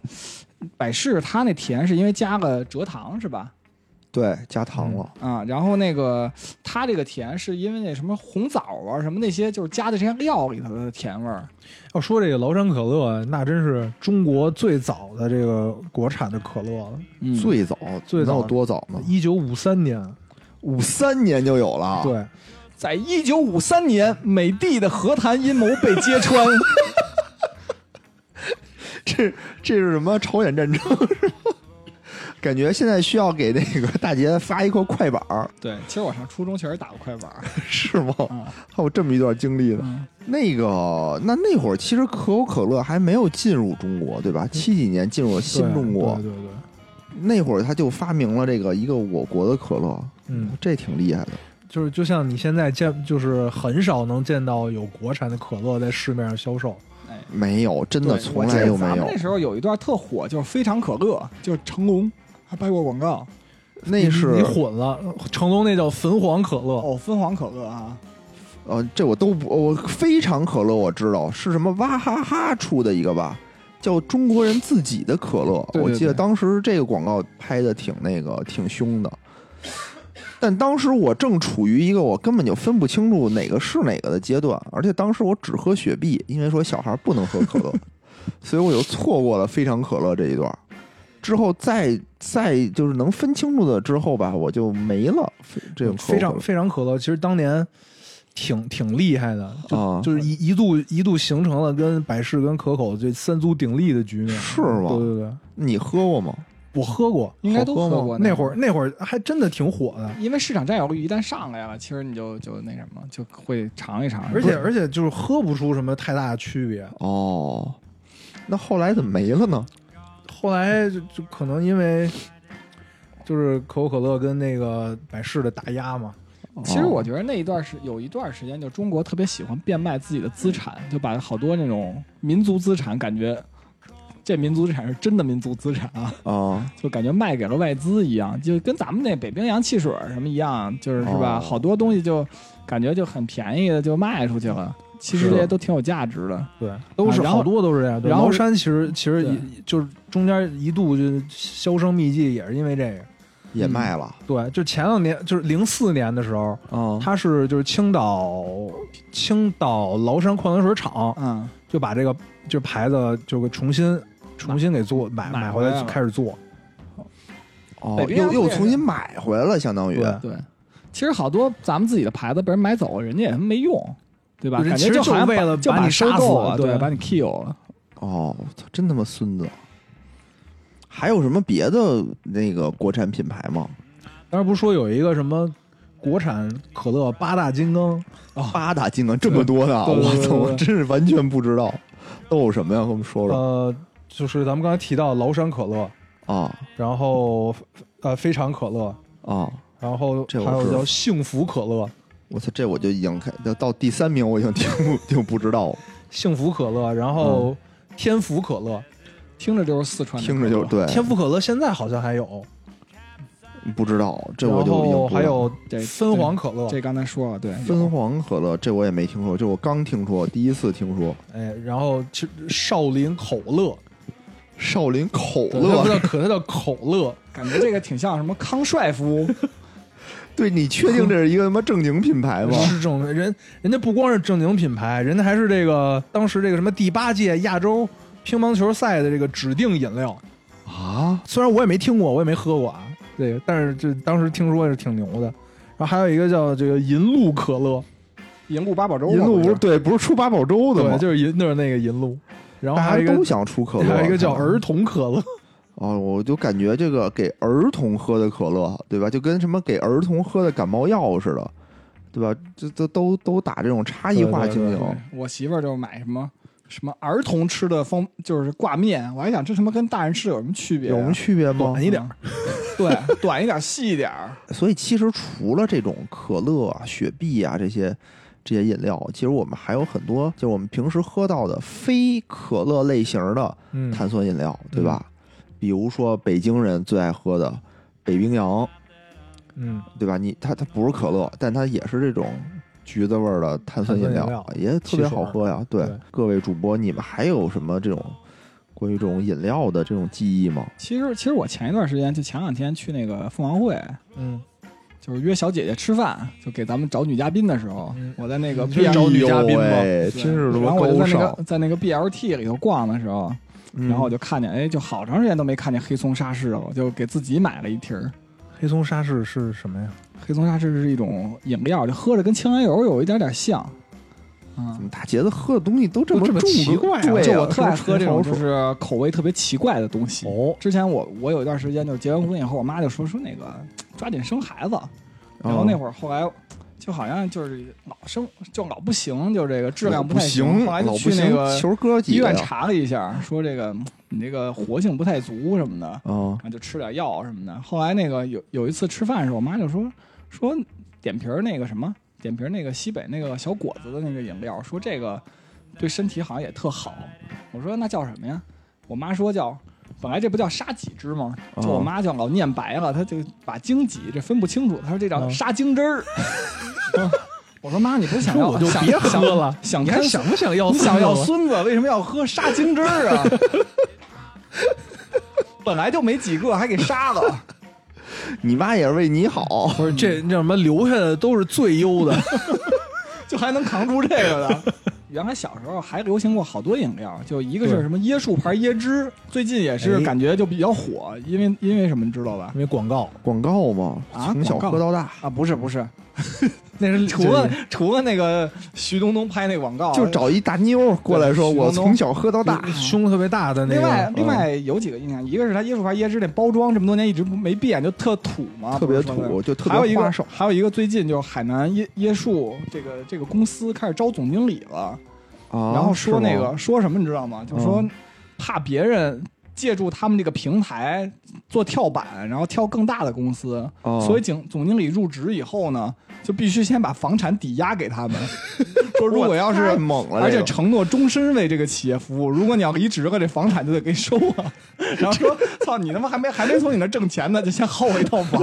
百事它那甜是因为加了蔗糖是吧？对加糖了。啊，然后那个它这个甜是因为那什么红枣啊，什么那些就是加的这些料里头的甜味儿。要说这个崂山可乐，那真是中国最早的这个国产的可乐了，嗯最早最早能有多早呢？一九五三年，五三年就有了。，对，在一九五三年，美帝的和谈阴谋被揭穿。这这是什么朝鲜战争？ 是吧感觉现在需要给那个大姐发一块快板儿， 对，其实我上初中确实打过快板儿。是吗？嗯还有这么一段经历呢。嗯，那个，那那会儿其实可口可乐还没有进入中国，对吧？七几年进入了新对中国，对对对，那会儿他就发明了这个一个我国的可乐，嗯，这挺厉害的。就是就像你现在见，就是很少能见到有国产的可乐在市面上销售。哎，没有，真的对从来就没咱有们。那时候有一段特火，就是非常可乐，就是成龙还拍过广告。那你你是混了，呃成龙那叫汾黄可乐，哦，分黄可乐啊，呃，这我都不，我非常可乐我知道是什么娃哈哈出的一个吧，叫中国人自己的可乐。对对我记得对当时这个广告拍的挺那个挺凶的，但当时我正处于一个我根本就分不清楚哪个是哪个的阶段，而且当时我只喝雪碧，因为说小孩不能喝可乐， 所以我就错过了非常可乐这一段。之后再再就是能分清楚的之后吧，我就没了这种可非常口非常可乐。其实当年挺挺厉害的，就、啊就是一一度一度形成了跟百事跟可口这三足鼎立的局面。是吗对对对，你喝过吗？我喝过，应该都好喝吗喝过那会儿那会儿还真的挺火的。因为市场占有率一旦上来了，其实你就就那什么，就会尝一尝。而且而且就是喝不出什么太大的区别，哦，那后来怎么没了呢？后来就就可能因为就是可口可乐跟那个百事的打压嘛，其实我觉得那一段时有一段时间，就中国特别喜欢变卖自己的资产，就把好多那种民族资产，感觉这民族资产是真的民族资产啊，啊，就感觉卖给了外资一样，就跟咱们那北冰洋汽水什么一样，就是是吧？哦好多东西就感觉就很便宜的就卖出去了。其实这些是都挺有价值的。对，啊都是然后好多都是这样。对然后崂山其实其实对也就是中间一度就销声匿迹，也是因为这个。也卖了对，就前两年就是零四年的时候，啊他是就是青岛青岛崂山矿泉水厂嗯，就把这个就牌子就给重新重新给做买买买回回来来了就开始做。哦北，冰洋又这又个重新买回来了，相当于对对。其实好多咱们自己的牌子被人买走了，人家也没用，对吧？对感其觉实就好像就为把了就把把你收杀死购了了，对，对把你 kill 了。哦，我操，真他妈孙子！还有什么别的那个国产品牌吗？当时不是说有一个什么国产可乐八大金刚，八大金刚这么多呢，对对对我对操，对我真是完全不知道都有什么呀？跟我们说说呃，就是咱们刚才提到崂山可乐，啊然后呃非常可乐，啊！然后这我还有是叫幸福可乐，我操，这我就已经开到到第三名，我已经听不听不知道了，幸福可乐，然嗯后天府可乐，听着就是四川的听着就口味对，天府可乐现在好像还有，不知道，这然我就已经后不知道还有这分黄可乐，这刚才说了，对，分黄可乐，这我也没听说，这我刚听说，第一次听说。哎，然后其实少林口乐，少林口对它不乐，叫可，它叫口 乐，感觉这个挺像什么康帅夫，对你确定这是一个什么正经品牌吗？是正人人家不光是正经品牌，人家还是这个当时这个什么第八届亚洲乒乓球赛的这个指定饮料。啊，虽然我也没听过，我也没喝过啊，这个，但是就当时听说是挺牛的。然后还有一个叫这个银鹭可乐，银鹭八宝粥嘛，银鹭不不是是对，不是出八宝粥的对，吗？就是银就是那个银鹭。然后大还有一家个都想出可乐，还有一个叫看儿童可乐，哦，我就感觉这个给儿童喝的可乐，对吧？就跟什么给儿童喝的感冒药似的，对吧？这都都都打这种差异化对对经对营，我媳妇儿就买什么什么儿童吃的方，就是挂面，我还想这他妈跟大人吃的有什么区别、啊有什么区别吗？短一点儿？ 对，短一点，细一点儿。所以其实除了这种可乐啊、雪碧啊这些这些饮料，其实我们还有很多，就是我们平时喝到的非可乐类型的嗯，碳酸饮料，对吧？比如说北京人最爱喝的北冰洋，嗯，对吧？你它它不是可乐，但它也是这种橘子味儿的碳酸饮料，碳酸也特别好喝呀。对对各位主播，你们还有什么这种关于这种饮料的这种记忆吗？其实，其实我前一段时间就前两天去那个凤凰会，嗯，就是约小姐姐吃饭，就给咱们找女嘉宾的时候，嗯我在那个你是 B 找 L 女嘉宾吗哎呦喂真是他然妈后我就高在那尚。个在那个 B L T 里头逛的时候，嗯然后我就看见，哎，就好长时间都没看见黑松沙士了，我就给自己买了一瓶儿。黑松沙士是什么呀？黑松沙士是一种饮料，就喝着跟清凉油有一点点像，啊、怎么嗯大杰子喝的东西都这么都这么重奇怪啊对就我特爱是不喝是这种纯潮水就是口味特别奇怪的东西。哦，之前我我有一段时间就结完婚以后，我妈就说说那个抓紧生孩子，然哦后那会儿后来就好像就是老生就老不行，就这个质量嗯不太行，后来老就不去那行啊个球哥医几个院呀？查了一下，说这个嗯你这个活性不太足什么的，啊然后就吃点药什么的。后来那个有有一次吃饭的时候，我妈就说说点瓶儿那个什么，点瓶儿那个西北那个小果子的那个饮料，说这个对身体好像也特好。我说那叫什么呀？我妈说叫，本来这不叫杀几汁吗？就我哦妈就老念白了，她就把荆棘这分不清楚，她说这叫嗯杀荆汁 儿。我说妈，你不是想要我就想别喝想了，想你还看想不想要你孙子想要了孙子，为什么要喝杀精汁儿 啊？本来就没几个，还给杀 了。你妈也是为你好，不是这那叫什么留下的都是最优的，就还能扛住这个的。原来小时候还流行过好多饮料，就一个是对什么椰树牌椰汁，最近也是哎感觉就比较火，因为因为什么你知道吧 因？为广告广告嘛，啊从小广告喝到大，啊，不是不 是，那是除了除了那个徐冬冬拍那广告，就找一大妞儿过来说，哦对我徐冬冬从小喝到大啊大，胸特别大的那另外个，嗯另外有几个印象，一个是它椰树牌椰汁那包装这么多年一直不没变，就特土嘛，特别啊不是说的土，就特还有一别花个哨。还有一个最近就是海南椰椰树这个这个公司开始招总经理了，然然后说那个说什么你知道吗？就说哦嗯怕别人借助他们这个平台做跳板，然后跳更大的公司，哦所以总总经理入职以后呢，就必须先把房产抵押 给他们，说如果要太是。猛了，而且这个承诺终身为这个企业服务。如果你要离职了，这房产就得给收了。 然后说：“操，你他妈还没还没从你那挣钱呢，就先薅我一套房。”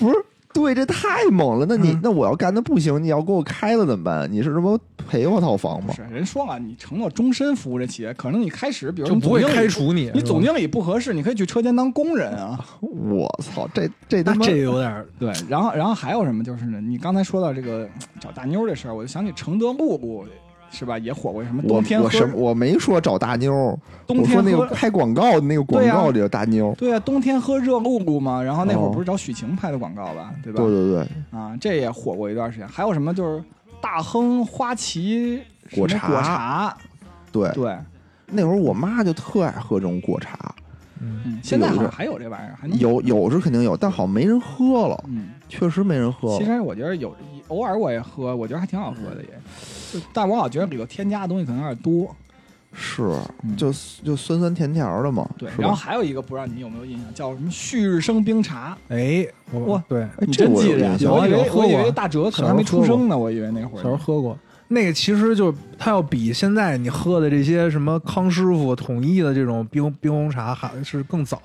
不是对，这太猛了。那你、嗯那我要干的不行，你要给我开了怎么办？你是什么赔我套房不吗？是人说了，你承诺终身服务这企业，可能你开始，比如就你不总会经理开除你。你是吧总经理不合适，你可以去车间当工人啊。我操，这这他那妈这有点儿对，然后然后还有什么就是呢？你刚才说到这个找大妞儿这事儿，我就想起承德露露是吧？也火过什么我冬天我喝什么我没说找大妞儿，冬我天说那个喝拍广告的那个广对啊告里有大妞儿。对啊，冬天喝热露露嘛。然后那会儿哦不是找许晴拍的广告吧，对吧？对对对，啊，这也火过一段时间。还有什么就是大亨花旗什么果茶哎果茶，对，对，那会儿我妈就特爱喝这种果茶，嗯，现在好有像的还有这玩意儿，还能，有有是肯定有，但好像没人喝了，嗯，确实没人喝其了。实我觉得有，偶尔我也喝，我觉得还挺好喝的也，嗯就但我老觉得里头添加的东西可能有点多，是嗯，就就酸酸甜甜的嘛，对。是然后吧？还有一个不知道你有没有印象，叫什么旭日升冰茶，哎，哇我对哎你这真我记有得呀印？象我以有为有喝我以过为大哲可能小时还候没出喝过生呢，我以为那会小时候儿。喝过那个，其实就它要比现在你喝的这些什么康师傅统一的这种冰冰红茶还是更早，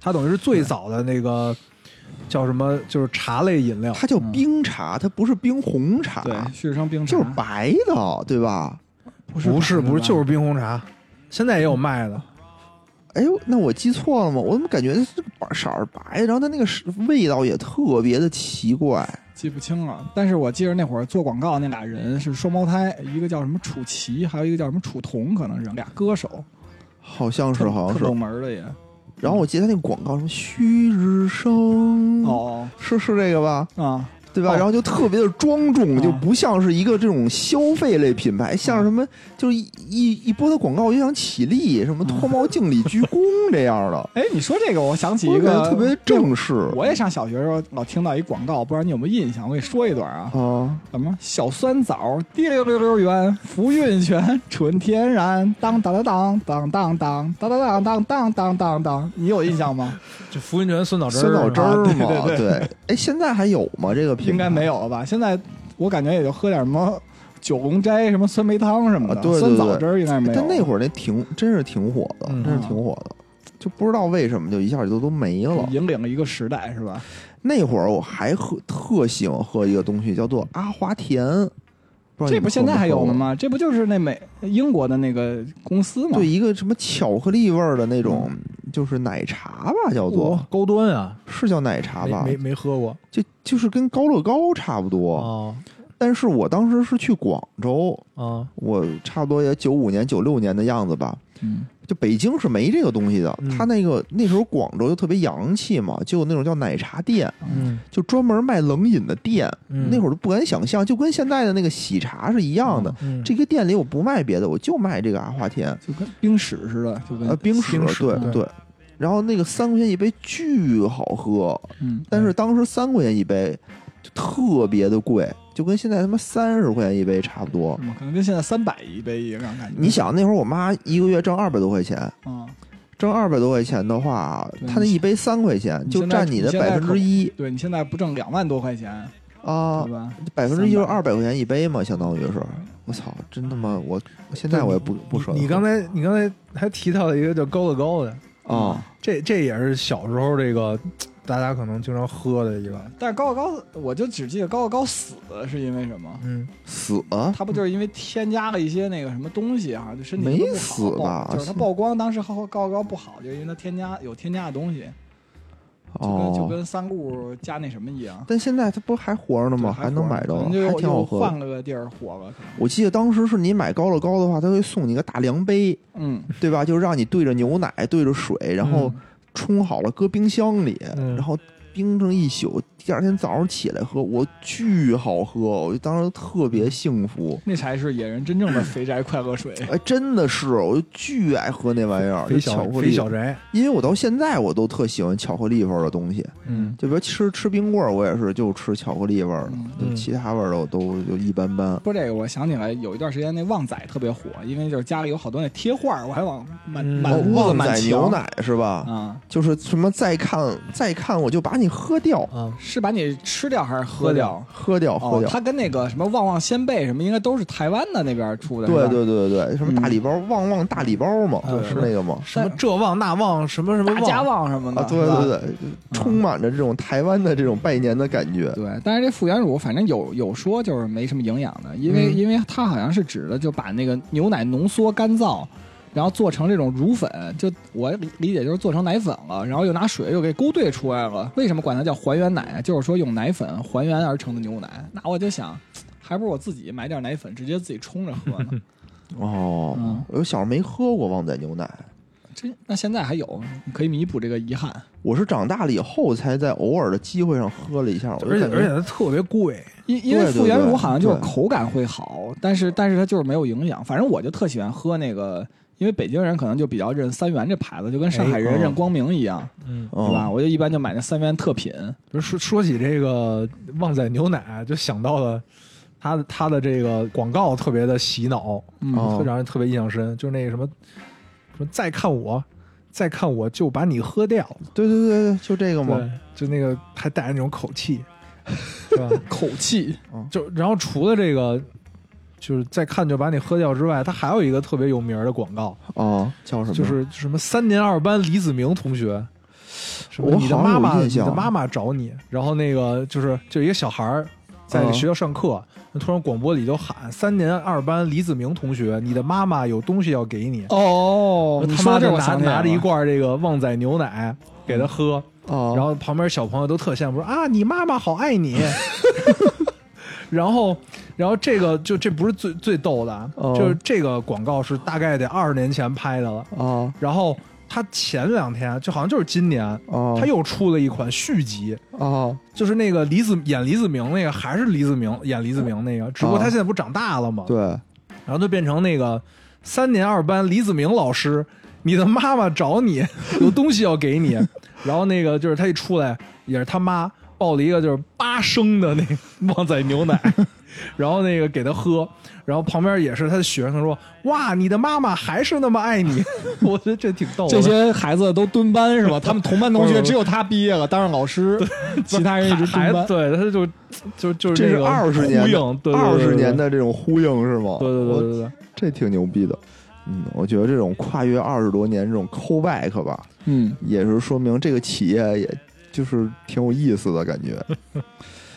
它等于是最早的那个叫什么，就是茶类饮料。它叫嗯冰茶，它不是冰红茶，对，旭日升冰茶就是白的，对吧？不是不是白的不是，吧就是冰红茶，现在也有卖的。哎呦，那我记错了吗？我怎么感觉这个色儿白，然后它那个是味道也特别的奇怪。记不清了，但是我记着那会儿做广告那俩人是双胞胎，一个叫什么楚奇，还有一个叫什么楚彤，可能是俩歌手，好像是，特好像特是冷。门的也。然后我记得它那广告什么“旭日升”，哦是是这个吧？啊，对吧？哦然后就特别的庄重，啊就不像是一个这种消费类品哦牌，像是什么就是一一一播到广告就想起立，什么脱毛敬礼、鞠躬这样的，哎，你说这个，我想起我一感个觉特别正式我也上小学的时候老听到一广告，不知道你有没有印象？我给你说一段啊，啊。什么小酸枣，滴溜溜溜圆，福运泉，纯天然，当当当当当当当当当当当当当当，你有印象吗？就福云泉酸枣汁儿，啊酸枣汁儿对嘛，啊对对对。哎，现在还有吗？这个品牌应该没有了吧？现在我感觉也就喝点什么九龙斋、什么酸梅汤什么的，啊对对酸枣汁儿应该是没有。但那会儿那挺真是挺火的，嗯真是挺火的，就不知道为什么就一下就都没了。引领了一个时代，是吧？那会儿我还喝特喜欢喝一个东西，叫做阿华田，不知道你这们不现在还有喝呢没喝过？吗？这不就是那美英国的那个公司吗？对，，一个什么巧克力味儿的那嗯种，就是奶茶吧，叫做、哦哇高端啊，是叫奶茶没吧？没没喝过就就是跟高乐高差不多。哦啊但是我当时是去广州，啊，我差不多也九五年、九六年的样子吧。嗯，就北京是没这个东西的，嗯它那个那时候广州就特别洋气嘛，就有那种叫奶茶店，嗯就专门卖冷饮的店。嗯那会儿都不敢想象，就跟现在的那个喜茶是一哦样的。嗯，这个店里我不卖别的，我就卖这个阿华田，就跟冰史似的，就跟呃，冰室，冰室对对对。然后那个三块钱一杯，巨好喝，嗯，但是当时三块钱一杯就特别的贵，就跟现在他妈三十块钱一杯差不多。嗯可能跟现在三百一杯一样感觉。你想那会儿我妈一个月挣二百多块钱，啊，挣二百多块钱的话，对她那一杯三块钱你就现在占你的你现在百分之一对你现在不挣两万多块钱，啊对，吧？百分之一就是300二百块钱一杯嘛，相当于是。我操，真他妈我我现在我也不不舍得喝。你刚才你刚才还提到了一个叫高乐高的，啊，这这也是小时候这个大家可能经常喝的一个，但是高高高，我就只记得高高高死是因为什么？嗯，死了他不就是因为添加了一些那个什么东西啊，就身体没不好死吧就是他曝光当时高高高不好，就是因为他添加有添加的东西，就跟、就哦。跟三顾加那什么一样。但现在它不还活着呢对吗？还能买着，啊着，还可能就挺好又喝换的。了个地儿火了。我记得当时是你买高乐高的话，他会送你一个大量杯，嗯，对吧？就让你兑着牛奶，兑着水，然后嗯冲好了搁冰箱里，嗯然后冰上一宿，第二天早上起来喝，我巨好喝，我就当时特别幸福。那才是野人真正的肥宅快乐水。哎，真的是，我就巨爱喝那玩意儿，肥就小巧克肥力小，宅，因为我到现在我都特喜欢巧克力味儿的东西，嗯，就比如吃吃冰棍儿，我也是就吃巧克力味儿的，嗯就其他味儿的我都就一般般。说这个，我想起来有一段时间那旺仔特别火，因为就是家里有好多那贴画儿，我还往满嗯满哦屋子旺满仔牛墙奶是吧？啊，就是什么再看再看我就把你喝掉，啊，是把你吃掉还是喝掉？喝掉，喝哦掉，。它跟那个什么旺旺仙贝什么，应该都是台湾的那边出的。是对吧，对对对对，什么嗯大礼包，旺旺大礼包嘛，对是那个吗？什么这旺那旺什么什么大家旺旺，什么的。啊，对是吧对对，对充满着这种台湾的这种拜年的感觉。对，但是这复原乳反正有有说就是没什么营养的，因为、嗯因为它好像是指的就把那个牛奶浓缩干燥，然后做成这种乳粉，就我理理解就是做成奶粉了，然后又拿水又给勾兑出来了。为什么管它叫还原奶啊？就是说用奶粉还原而成的牛奶。那我就想，还不如我自己买点奶粉直接自己冲着喝呢。哦嗯，我小时候没喝过旺仔牛奶，这那现在还有，你可以弥补这个遗憾。我是长大了以后才在偶尔的机会上喝了一下。我就而且感觉而且它特别贵，因因为对对复原乳对好像就是对口感会好，但是但是它就是没有营养。反正我就特喜欢喝那个，因为北京人可能就比较认三元这牌子，就跟上海哎哦人嗯认光明一样，嗯，是吧？哦，我就一般就买那三元特品。就说说起这个旺仔牛奶，就想到了它的它的这个广告特别的洗脑，嗯，哦会让人特别印象深。就是那个什么什么再看我，再看我就把你喝掉，对对对对，就这个嘛。对，就那个还带着那种口 气，是吧？ 口气就然后除了这个，就是再看就把你喝掉之外，它还有一个特别有名儿的广告，哦，叫什么？就是什么三年二班李子明同学，什么我你的好像妈有妈，印你象啊的妈妈找你，然后那个就是就一个小孩儿在嗯学校上课，突然广播里就喊三年二班李子明同学，你的妈妈有东西要给你，哦，你他妈说这就我拿想起来拿着一了罐这个旺仔牛奶给他喝。哦，然后旁边小朋友都特羡慕说啊，你妈妈好爱 你。然后，然后这个就这不是最最逗的啊，哦就是这个广告是大概得二十年前拍的了。哦然后他前两天啊就好像就是今年，哦，他又出了一款续集，哦就是那个李子演李子明那个还是李子明演李子明那个，只不哦过他现在不长大了嘛，对，然后就变成那个三年二班李子明老师，你的妈妈找你，有东西要给你。然后那个就是他一出来，也是他妈抱了一个就是八升的那个旺仔牛奶，然后那个给他喝，然后旁边也是他的学生说：“哇，你的妈妈还是那么爱你。”我觉得这挺逗的。这些孩子都蹲班是吧？他们同班同学只有他毕业了，当上老师，其他人一直孩蹲子班。对，他就就就是这那是个二十呼年应，对的，二十年，的这种呼应是吗？对对对对对对对对。我这挺牛逼的。嗯，我觉得这种跨越二十多年这种 callback 吧，嗯，也是说明这个企业也就是挺有意思的感觉。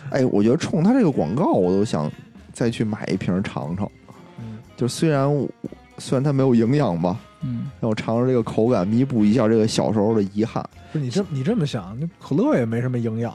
哎，我觉得冲他这个广告，我都想再去买一瓶尝尝。嗯就虽然我虽然它没有营养吧，嗯，让我尝尝这个口感，弥补一下这个小时候的遗憾。不是你这你这么想，那可乐也没什么营养。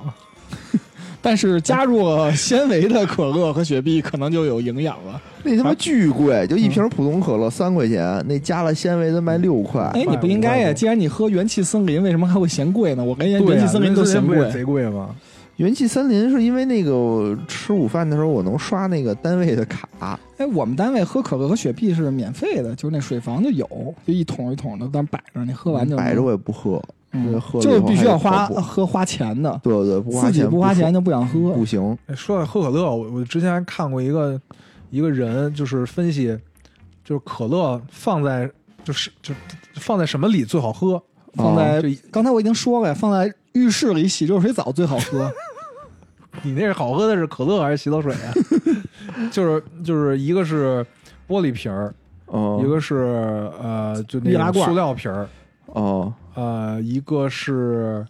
但是加入了纤维的可乐和雪碧，可能就有营养了。那他妈巨贵，就一瓶普通可乐三块钱，那加了纤维的卖六块。哎，你不应该呀！既然你喝元气森林，为什么还会嫌贵呢？我跟人家对元啊气森林都嫌不贵也。贼贵吗？元气森林是因为那个吃午饭的时候我能刷那个单位的卡，哎，我们单位喝可乐和雪碧是免费的，就是那水房就有，就一桶一桶的，但摆着你喝完就嗯摆着我也不喝，嗯喝了以后就是必须要还花呃得跑步喝花钱的，对对，不花自己钱不花不钱就不想喝。不行。哎说到喝可乐，我我之前还看过一个一个人，就是分析，就是可乐放在就是就放在什么里最好喝？啊放在就刚才我已经说了呀，放在浴室里洗热水澡最好喝。你那是好喝的是可乐还是洗澡水啊？ 就是就是一个是玻璃瓶儿，哦一个是呃就那易拉种罐塑料瓶儿，哦呃一个是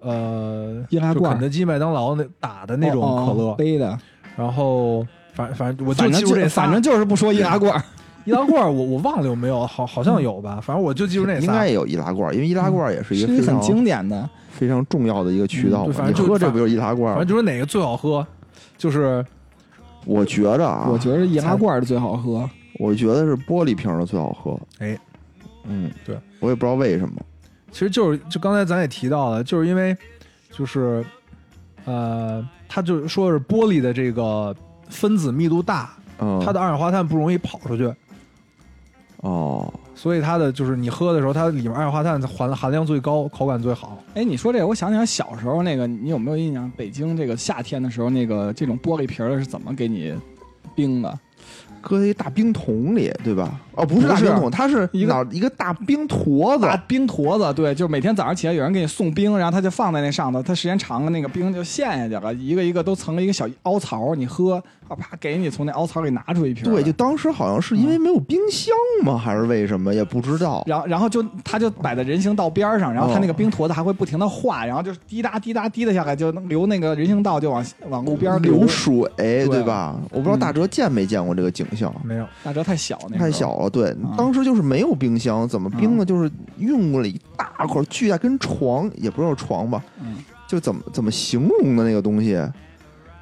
呃易拉就罐肯德基、麦当劳那打的那种哦可乐，哦杯的，然后反反正我就反正记就住这仨反正就是不说易拉罐。易拉罐儿我我忘了有没有，好好像有吧，反正我就记住那仨。嗯应该也有易拉罐，因为易拉罐也是一是个一非个很常经典的，非常重要的一个渠道嗯对嘛。反你正就喝这反不就是易拉罐反吗正？就说哪个最好喝，就是我觉着啊，我觉得易拉罐的最好喝。我觉得是玻璃瓶的最好喝。哎，嗯，对，我也不知道为什么。其实就是就刚才咱也提到了，就是因为就是呃，他就说是玻璃的这个分子密度大，嗯，它的二氧化碳不容易跑出去，哦，所以它的就是你喝的时候，它里面二氧化碳含含量最高，口感最好。哎，你说这个，我想起来小时候那个，你有没有印象？北京这个夏天的时候，那个这种玻璃瓶儿的是怎么给你冰的？搁在一大冰桶里，对吧？哦，不是大不是冰桶，它是一个哪儿一个大冰坨子大冰坨子，哦对，就是每天早上起来有人给你送冰，然后他就放在那上头，他时间长了那个冰就陷下去了，一个一个都成了一个小凹槽，你喝，啪啪给你从那凹槽里拿出一瓶儿来。对，就当时好像是嗯因为没有冰箱吗？还是为什么也不知道。然后，然后就他就摆在人行道边儿上，然后他那个哦冰坨子还会不停的化，然后就是滴答滴答滴答下来，就能流那个人行道就往往路边儿流水，对对吧？我不知道大哲见没见过这个景象，没有，那时候太小，那时啊嗯候太小了。对，当时就是没有冰箱，怎么冰呢？就是运过来一大块巨大，跟床也不知道床吧，嗯就怎么怎么形容的那个东西，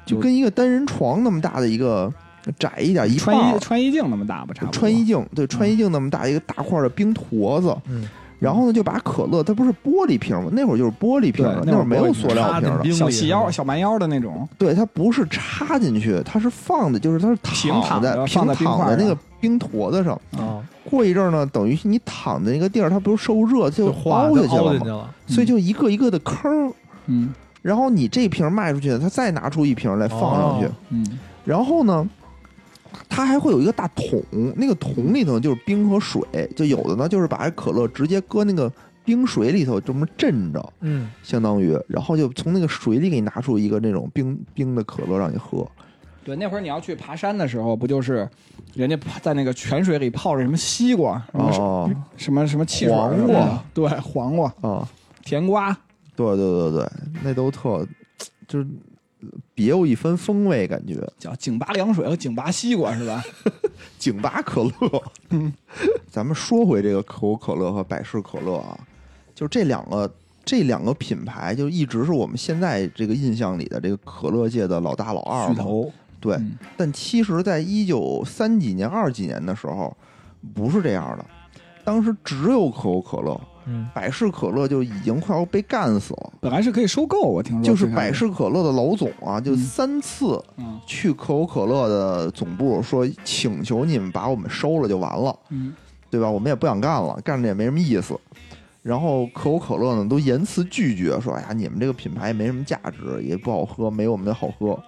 就跟一个单人床那么大的一个窄一点一半穿衣儿穿衣镜那么大吧，差不多。嗯穿衣镜，对，穿衣镜那么大一个大块的冰坨子，嗯，然后呢就把可乐，它不是玻璃瓶吗？那会儿就是玻璃瓶对了，那那会会儿儿没有玻璃塑料插瓶进了，冰小里细腰、小蛮腰的那种，对，它不是插进去，它是放的，就是它是平躺躺在着放平在冰块躺在那上个冰坨子上。啊，过一阵儿呢，等于你躺在那个地儿，它不是受热，它就化凹下就去凹了进去嘛，了，所以就一个一个的坑儿。嗯然后你这瓶卖出去，它再拿出一瓶来放上去，哦嗯，然后呢，它还会有一个大桶，那个桶里头就是冰和水，就有的呢就是把可乐直接搁那个冰水里头这么镇着，嗯，相当于，然后就从那个水里给你拿出一个那种冰冰的可乐让你喝。对，那会儿你要去爬山的时候，不就是人家泡在那个泉水里泡着什么西瓜，什么、哦什么什么汽水，黄瓜，对，黄瓜、啊，甜瓜，对对对对，那都特就是别有一番风味，感觉叫井拔凉水和井拔西瓜 是吧？井拔可乐。 咱们说回这个可口可乐和百事可乐啊，就这两个这两个品牌，就一直是我们现在这个印象里的这个可乐界的老大老二巨嘛。头，对，嗯但其实，在一九三几年、二几年的时候，不是这样的。当时只有可口可乐，嗯，百事可乐就已经快要被干死了。本来是可以收购，我听说就是最开百始，事可乐的老总啊，就嗯三次嗯去可口可乐的总部说，请求你们把我们收了就完了，嗯，对吧？我们也不想干了，干着也没什么意思。然后可口可乐呢，都严词拒绝，说：“哎呀，你们这个品牌没什么价值，也不好喝，没我们的好喝。”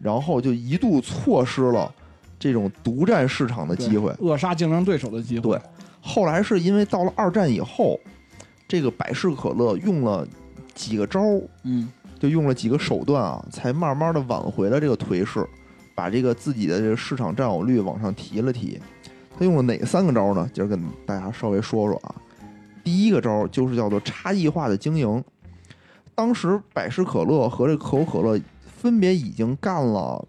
然后就一度错失了这种独占市场的对机会。扼杀竞争对手的机会，对后来是因为到了二战以后，这个百事可乐用了几个招儿，嗯，就用了几个手段啊，才慢慢的挽回了这个颓势，把这个自己的这个市场占有率往上提了提。他用了哪三个招呢？今儿跟大家稍微说说啊。第一个招就是叫做差异化的经营。当时百事可乐和这可口可乐分别已经干了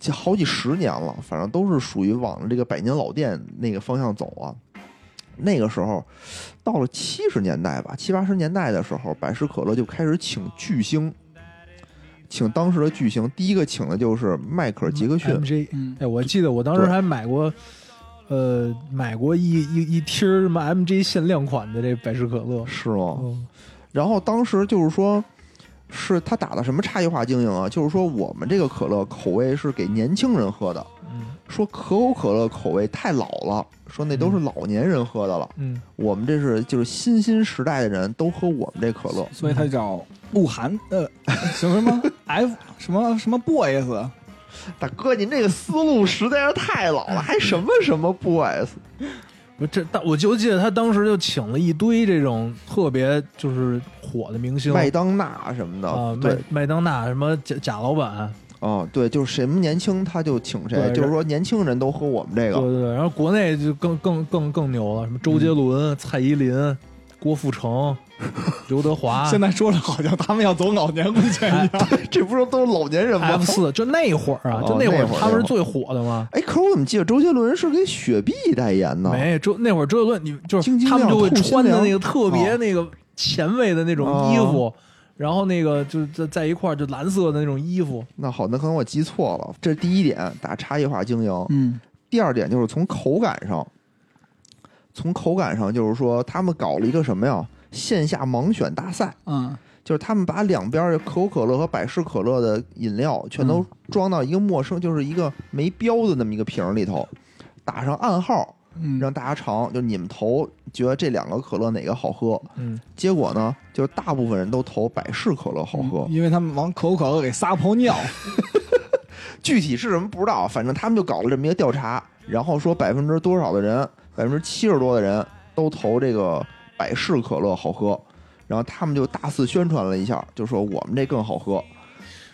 这好几十年了，反正都是属于往着这个百年老店那个方向走啊。那个时候，到了七十年代吧，七八十年代的时候，百事可乐就开始请巨星，请当时的巨星。第一个请的就是迈克尔·杰克逊， MJ 嗯哎，我记得我当时对还买过，呃，买过一一一听儿什么 MJ 限量款的这百事可乐。是吗？嗯然后当时就是说，是他打的什么差异化经营啊？就是说我们这个可乐口味是给年轻人喝的，嗯说可口可乐口味太老了，说那都是老年人喝的了，嗯，我们这是就是新兴时代的人都喝我们这可乐。所以他叫鹿晗，呃， 什么什么 F 什么什么 boys，大哥，您这个思路实在是太老 了，还什么什么 boys？我这当我就记得他当时就请了一堆这种特别就是火的明星 麦当娜什么的，啊，麦对麦当娜什么贾贾老板，啊，对，就是什么年轻他就请谁，对就是说年轻人都喝我们这对个。嗯对对，然后国内就更更更更牛了，什么周杰伦、蔡依林、郭富城、刘 德华，现在说的好像他们要走老年路线一样， 这不是都是老年人吗？ F 四，就那会儿啊，哦就那会那儿会儿他们是最火的嘛。哎，可是我怎么记得周杰伦是给雪碧代言呢？没，周那会儿周杰伦，你就是晶晶他们亮就会透穿心的凉那个特别哦那个前卫的那种衣服，然后那个就是在在一块儿就蓝色的那种衣服，那好，那可能我记错了。这是第一点，打差异化经营。嗯，第二点就是从口感上，从口感上就是说他们搞了一个什么呀？线下盲选大赛，嗯，就是他们把两边儿可口可乐和百事可乐的饮料全嗯都装到一个陌生，就是一个没标的那么一个瓶儿里头，打上暗号，嗯让大家尝。就你们投，觉得这两个可乐哪个好喝？嗯，结果呢，就是大部分人都投百事可乐嗯好喝。嗯因为他们往可口可乐给撒泡尿，具体是什么不知道，反正他们就搞了这么一个调查，然后说百分之多少的人，百分之七十多的人都投这个百事可乐好喝，然后他们就大肆宣传了一下，就说我们这更好喝，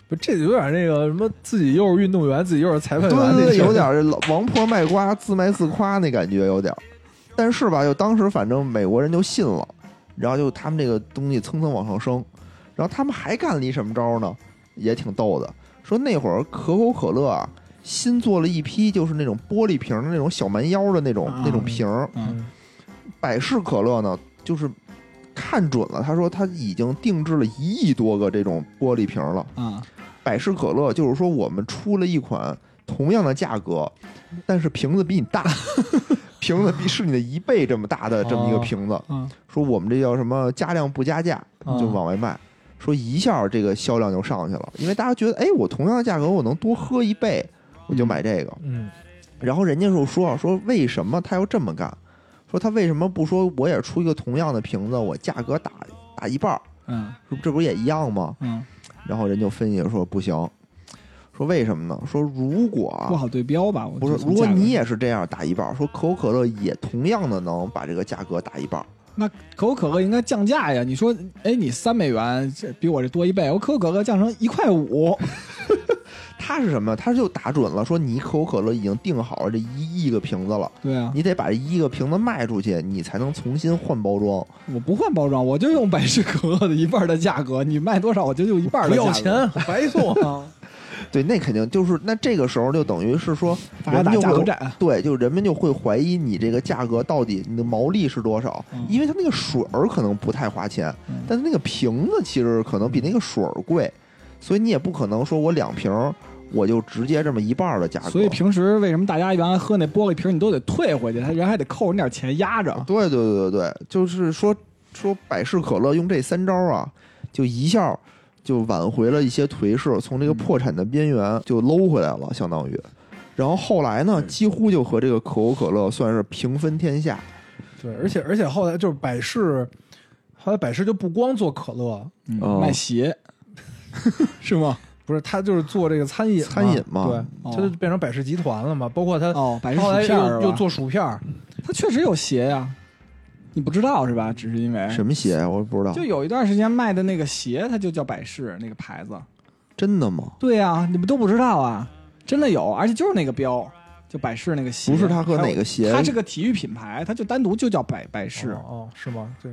不，这有点那个什么，自己又是运动员，自己又是裁判对员，对那对，劲儿有点儿老王婆卖瓜自卖自夸那感觉有点儿，但是吧，就当时反正美国人就信了，然后就他们这个东西蹭蹭往上升，然后他们还干了一什么招呢？也挺逗的，说那会儿可口可乐啊，新做了一批就是那种玻璃瓶儿的那种小蛮腰的那种、那种瓶儿，嗯，百事可乐呢，就是看准了，他说他已经定制了一亿多个这种玻璃瓶儿了。啊，百事可乐，就是说我们出了一款同样的价格，但是瓶子比你大， 瓶子比是你的一倍这么大的这么一个瓶子，嗯说我们这叫什么加量不加价，啊就往外卖。说一下这个销量就上去了，因为大家觉得，哎，我同样的价格我能多喝一倍，我就买这个。嗯，然后人家就说说为什么他要这么干？说他为什么不说我也出一个同样的瓶子，我价格打打一半儿，嗯说这不是也一样吗？嗯，然后人就分析说不行，说为什么呢？说如果不啊好对标吧？我不是，觉得从如果价格你也是这样打一半儿，说可口可乐也同样的能把这个价格打一半儿，那可口可乐应该降价呀？你说，哎，你三美元这比我这多一倍，我可口可乐降成一块五，他是什么？他就打准了，说你可口可乐已经定好了这一亿个瓶子了，对啊，你得把这一亿个瓶子卖出去，你才能重新换包装。我不换包装，我就用百事可乐的一半的价格，你卖多少我就用一半不的价格。要钱，白送 啊，对，那肯定就是那这个时候就等于是说，大家人打就价会格战，对，就人们就会怀疑你这个价格到底你的毛利是多少，嗯因为它那个水儿可能不太花钱，嗯但是那个瓶子其实可能比那个水儿贵，所以你也不可能说我两瓶儿我就直接这么一半儿的价格。所以平时为什么大家原来喝那玻璃瓶，你都得退回去，他人还得扣人点钱压着。对对对对对，就是说说百事可乐用这三招啊，就一下就挽回了一些颓势，从嗯这个破产的边缘就搂回来了，相当于。然后后来呢，几乎就和这个可口可乐算是平分天下。对，而且而且后来就是百事，后来百事就不光做可乐，哦卖鞋 是吗？不是他就是做这个餐饮餐饮嘛对，哦他就变成百事集团了嘛，包括他哦，百事后来薯片儿又是吧又做薯片儿，他确实有鞋呀、你不知道是吧？只是因为什么鞋啊我不知道就，有一段时间卖的那个鞋，它就叫百事那个牌子。真的吗？对呀、你们都不知道啊，真的有，而且就是那个标，就百事那个鞋。不是它和哪个还鞋有？它是个体育品牌，它就单独就叫百百事。哦哦是吗？对，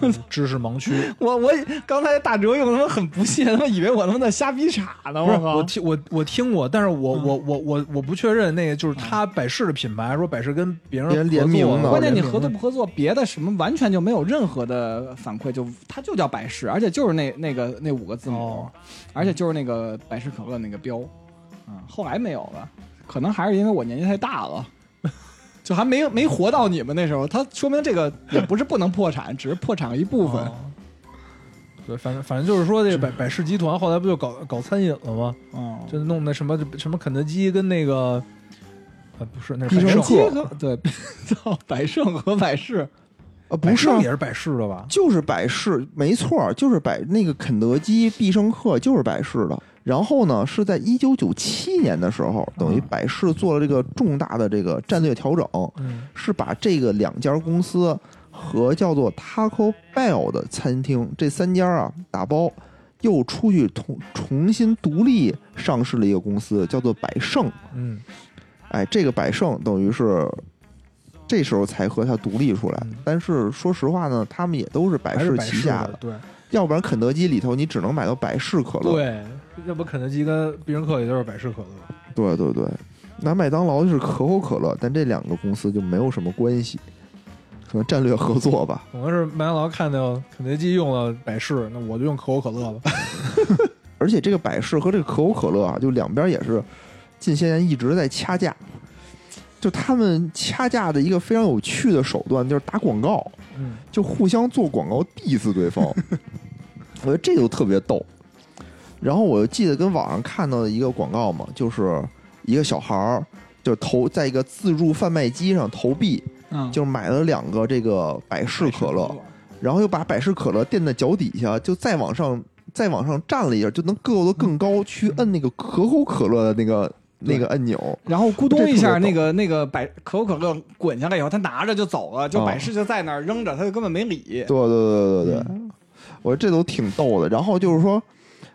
嗯知识盲区。 我我刚才大哲用他妈很不屑，他妈以为我他妈在瞎逼扯呢，嗯不是靠我听我我听过，但是我、我我我我不确认那个就是他百事的品牌，说百事跟别人别人合联作名了呢嗯关键你联名合作了不合作，别的什么完全就没有任何的反馈，就它就叫百事，而且就是那那个那五个字母，哦而且就是那个百事可乐那个标，嗯，后来没有了，可能还是因为我年纪太大了， 就还没没活到你们那时候。它说明这个也不是不能破产，只是破产一部分。哦对，反正反正就是说，这个百百事集团后来不就搞搞餐饮了吗？嗯，就弄那什么什么肯德基跟那个，呃，不是那是必百胜胜，客 对，操，百胜和百事，啊，百不是胜啊，也是百事的吧？就是百事，没错儿，就是百那个肯德基、必胜客就是百事的。然后呢，是在一九九七年的时啊候，等于百事做了这个重大的这个战略调整，嗯，是把这个两家公司和叫做 Taco Bell 的餐厅这三家啊打包，又出去重重新独立上市了一个公司，叫做百胜。嗯，哎，这个百胜等于是这时候才和它独立出来。嗯但是说实话呢，他们也都是百还是事百旗事下的的，，对要不然肯德基里头你只能买到百事可乐。对，要不肯德基跟必胜客也就是百事可乐。对对对那麦当劳就是可口可乐，但这两个公司就没有什么关系，可能战略合作吧。可能是麦当劳看到肯德基用了百事，那我就用可口可乐吧。而且这个百事和这个可口可乐啊，就两边也是近些年一直在掐架。就他们掐架的一个非常有趣的手段，就是打广告。嗯，就互相做广告 diss 对方， 我觉得这就特别逗。然后我就记得跟网上看到的一个广告嘛，就是一个小孩儿就投在一个自助贩卖机上投币，嗯，就买了两个这个百事可乐，然后又把百事可乐垫在脚底下，就再往上再往上站了一下，就能够得更高，去摁那个可口可乐的那个那个按钮，然后咕咚一这特别下，逗那个那个百可口可乐滚下来以后，他拿着就走了，就啊百事就在那儿扔着，他就根本没理对。对对对对对，我这都挺逗的。然后就是说，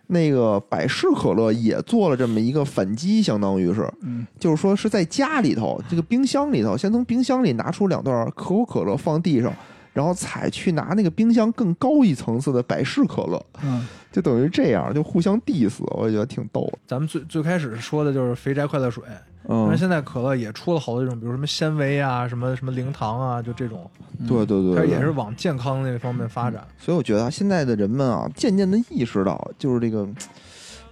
那个百事可乐也做了这么一个反击，相当于是，嗯就是说是在家里头这个冰箱里头，先从冰箱里拿出两段可口可乐放地上，然后踩去拿那个冰箱更高一层次的百事可乐，嗯，就等于这样，就互相 diss，我也觉得挺逗的。咱们最最开始说的就是肥宅快乐水，但是嗯，现在可乐也出了好多这种，比如什么纤维啊、什么什么零糖啊，就这种，嗯对对对它对，也是往健康那方面发展。所以我觉得啊现在的人们啊，渐渐的意识到，就是这个嘖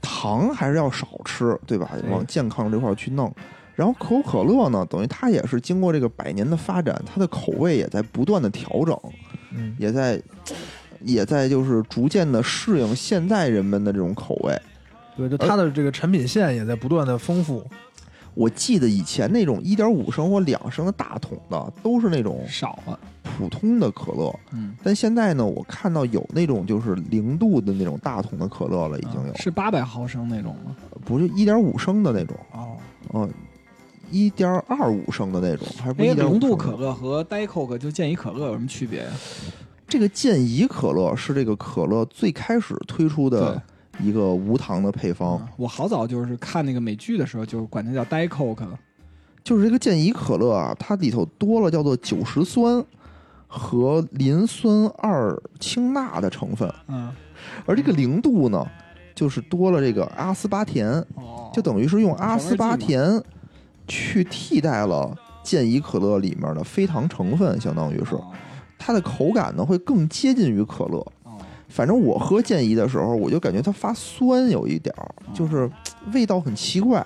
糖还是要少吃，对吧？对往健康这块儿去弄。然后可口可乐呢，等于它也是经过这个百年的发展，它的口味也在不断的调整，嗯，也在嘖也在就是逐渐的适应现在人们的这种口味。对，就它的这个产品线也在不断的丰富。我记得以前那种一点五升或两升的大桶的，都是那种少了。普通的可乐。嗯，但现在呢，我看到有那种就是零度的那种大桶的可乐了，已经有。嗯是八百毫升那种吗？不是一点五升的那种，哦，嗯，一点二五升的那种，还不哎，一零点度可。乐和 Diet Coke 就健怡可乐有什么区别呀？这个健怡可乐是这个可乐最开始推出的一个无糖的配方，嗯，我好早就是看那个美剧的时候，就是管它叫 Diet Coke 了。就是这个健怡可乐啊，它里头多了叫做酒石酸和磷酸二氢钠的成分，嗯，而这个零度呢，就是多了这个阿斯巴甜，哦，就等于是用阿斯巴甜去替代了健怡可乐里面的非糖成分，相当于是。哦它的口感呢会更接近于可乐。哦反正我喝健怡的时候，我就感觉它发酸有一点儿，就是嘖味道很奇怪，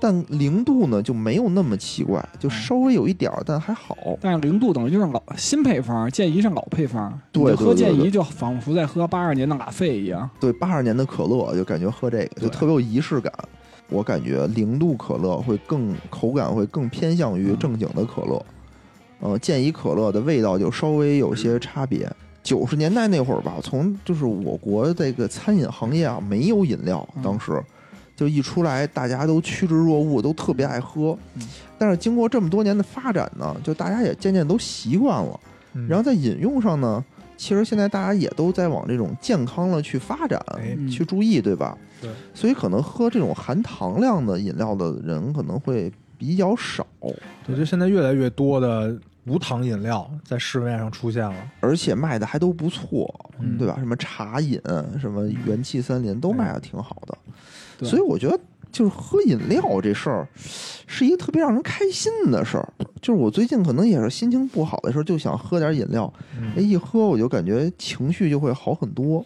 但零度呢就没有那么奇怪，就稍微有一点儿，但还好。但是零度等于就是老新配方，健怡是老配方，对你就对喝对健对怡就仿佛在喝八二年的拉菲一样。对，八二年的可乐就感觉喝这个对就特别有仪式感。我感觉零度可乐会更口感会更偏向嗯于正经的可乐，呃，健怡可乐的味道就稍微有嗯些差别。九十年代那会儿吧，从就是我国这个餐饮行业啊没有饮料嗯，当时就一出来大家都趋之若鹜，都特别爱喝嗯。但是经过这么多年的发展呢，就大家也渐渐都习惯了。嗯然后在饮用上呢，其实现在大家也都在往这种健康了去发展，哎嗯去注意，对吧？对，所以可能喝这种含糖量的饮料的人可能会比较少，对，就现在越来越多的无糖饮料在市面上出现了。而且卖的还都不错，嗯对吧？什么茶饮、什么元气森林都卖的挺好的，对所以我觉得。就是喝饮料这事儿，是一个特别让人开心的事儿。就是我最近可能也是心情不好的时候，就想喝点饮料，嗯哎，一喝我就感觉情绪就会好很多。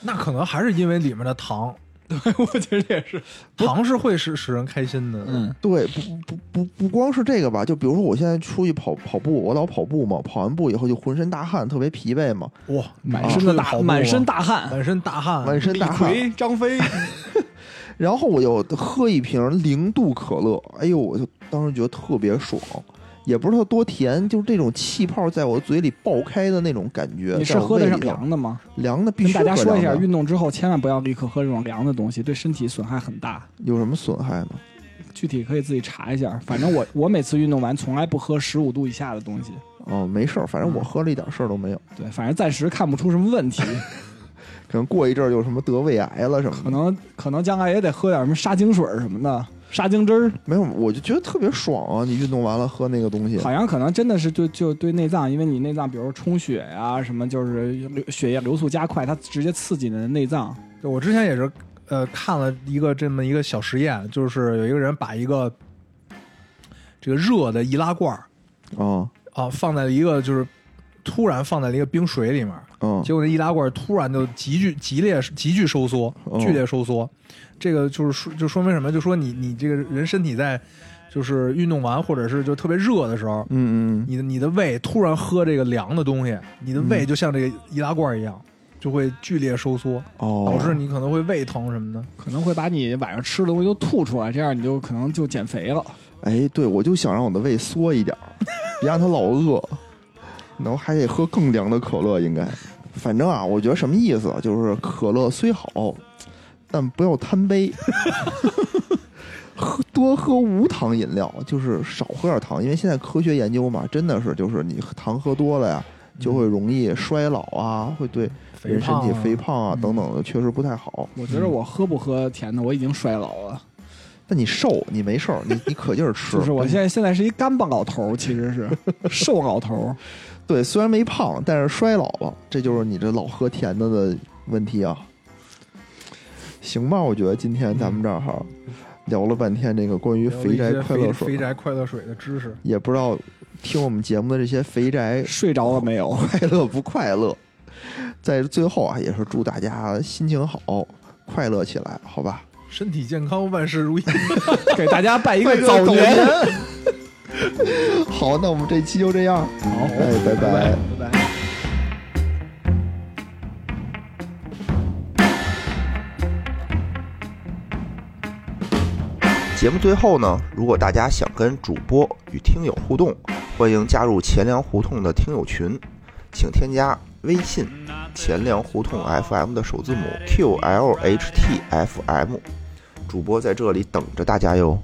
那可能还是因为里面的糖，我觉得也是。糖是会使使人开心的。嗯，对，不不不不光是这个吧，就比如说我现在出去跑跑步，我老跑步嘛，跑完步以后就浑身大汗，特别疲惫嘛，哇，满啊哎身的大跑步啊满身大汗，满身大汗，满身李大汗。逵、张飞，然后我就喝一瓶零度可乐，哎呦，我就当时觉得特别爽，也不是它多甜，就是这种气泡在我嘴里爆开的那种感觉。你是在我喝的胃是里头凉的吗？凉的，必跟须大家喝说一下，凉的运动之后千万不要立刻喝这种凉的东西，对身体损害很大。有什么损害呢？具体可以自己查一下，反正我我每次运动完从来不喝十五度以下的东西。哦，没事儿，反嗯正我喝了一点事儿都没有，对，反正暂时看不出什么问题，可能过一阵儿就什么得胃癌了什么的可。能可能将来也得喝点什么沙精水儿什么的，沙精汁儿，没有，我就觉得特别爽啊！你运动完了喝那个东西，好像可能真的是就就对内脏，因为你内脏比如充血啊什么，就是流血液流速加快，它直接刺激你的内脏。对我之前也是，呃，看了一个这么一个小实验，就是有一个人把一个这个热的易拉罐儿啊，啊放在了一个就是突然放在了一个冰水里面，嗯，结果那易拉罐儿突然就急剧激烈急剧收缩，哦剧烈收缩。这个就是说就说明什么？就说你你这个人身体在就是运动完或者是就特别热的时候。嗯嗯你的你的胃突然喝这个凉的东西，你的嗯胃就像这个易拉罐儿一样，就会剧烈收缩，嗯，哦，导致你可能会胃疼什么的。可能会把你晚上吃的东西都吐出来，这样你就可能就减肥了。哎，对，我就想让我的胃缩一点儿，别让它老饿。然后还得喝更凉的可乐，应该。反正啊，我觉得什么意思啊，就是可乐虽好，但不要贪杯。喝多喝无糖饮料，就是少喝点糖，因为现在科学研究嘛，真的是就是你糖喝多了呀，就会容易衰老啊，会对人身体肥胖胖啊嗯等等的确实不太好。我觉得我喝不喝甜的，我已经衰老了。但你瘦，你没事儿，你你可劲儿吃。就是我现在现在是一干巴老头儿，其实是 瘦老头儿。对，虽然没胖，但是衰老了，这就是你这老喝甜的的问题啊。行吧，我觉得今天咱们这儿哈聊了半天这个关于啊肥宅有一些快乐肥水肥，宅快乐水的知识。也不知道听我们节目的这些肥宅 睡着了没 有？快乐不快乐。在最后啊，也是祝大家心情好，快乐起来，好吧？身体健康，万事 如意。给大家拜一个早早年。 好，那我们这期就这样，好哎，拜拜拜拜。节目最后呢，如果大家想跟主播与听友互动，欢迎加入钱粮胡同的听友群，请添加微信“钱粮胡同 FM” 的首字母 “QLHTFM”，主播在这里等着大家哟。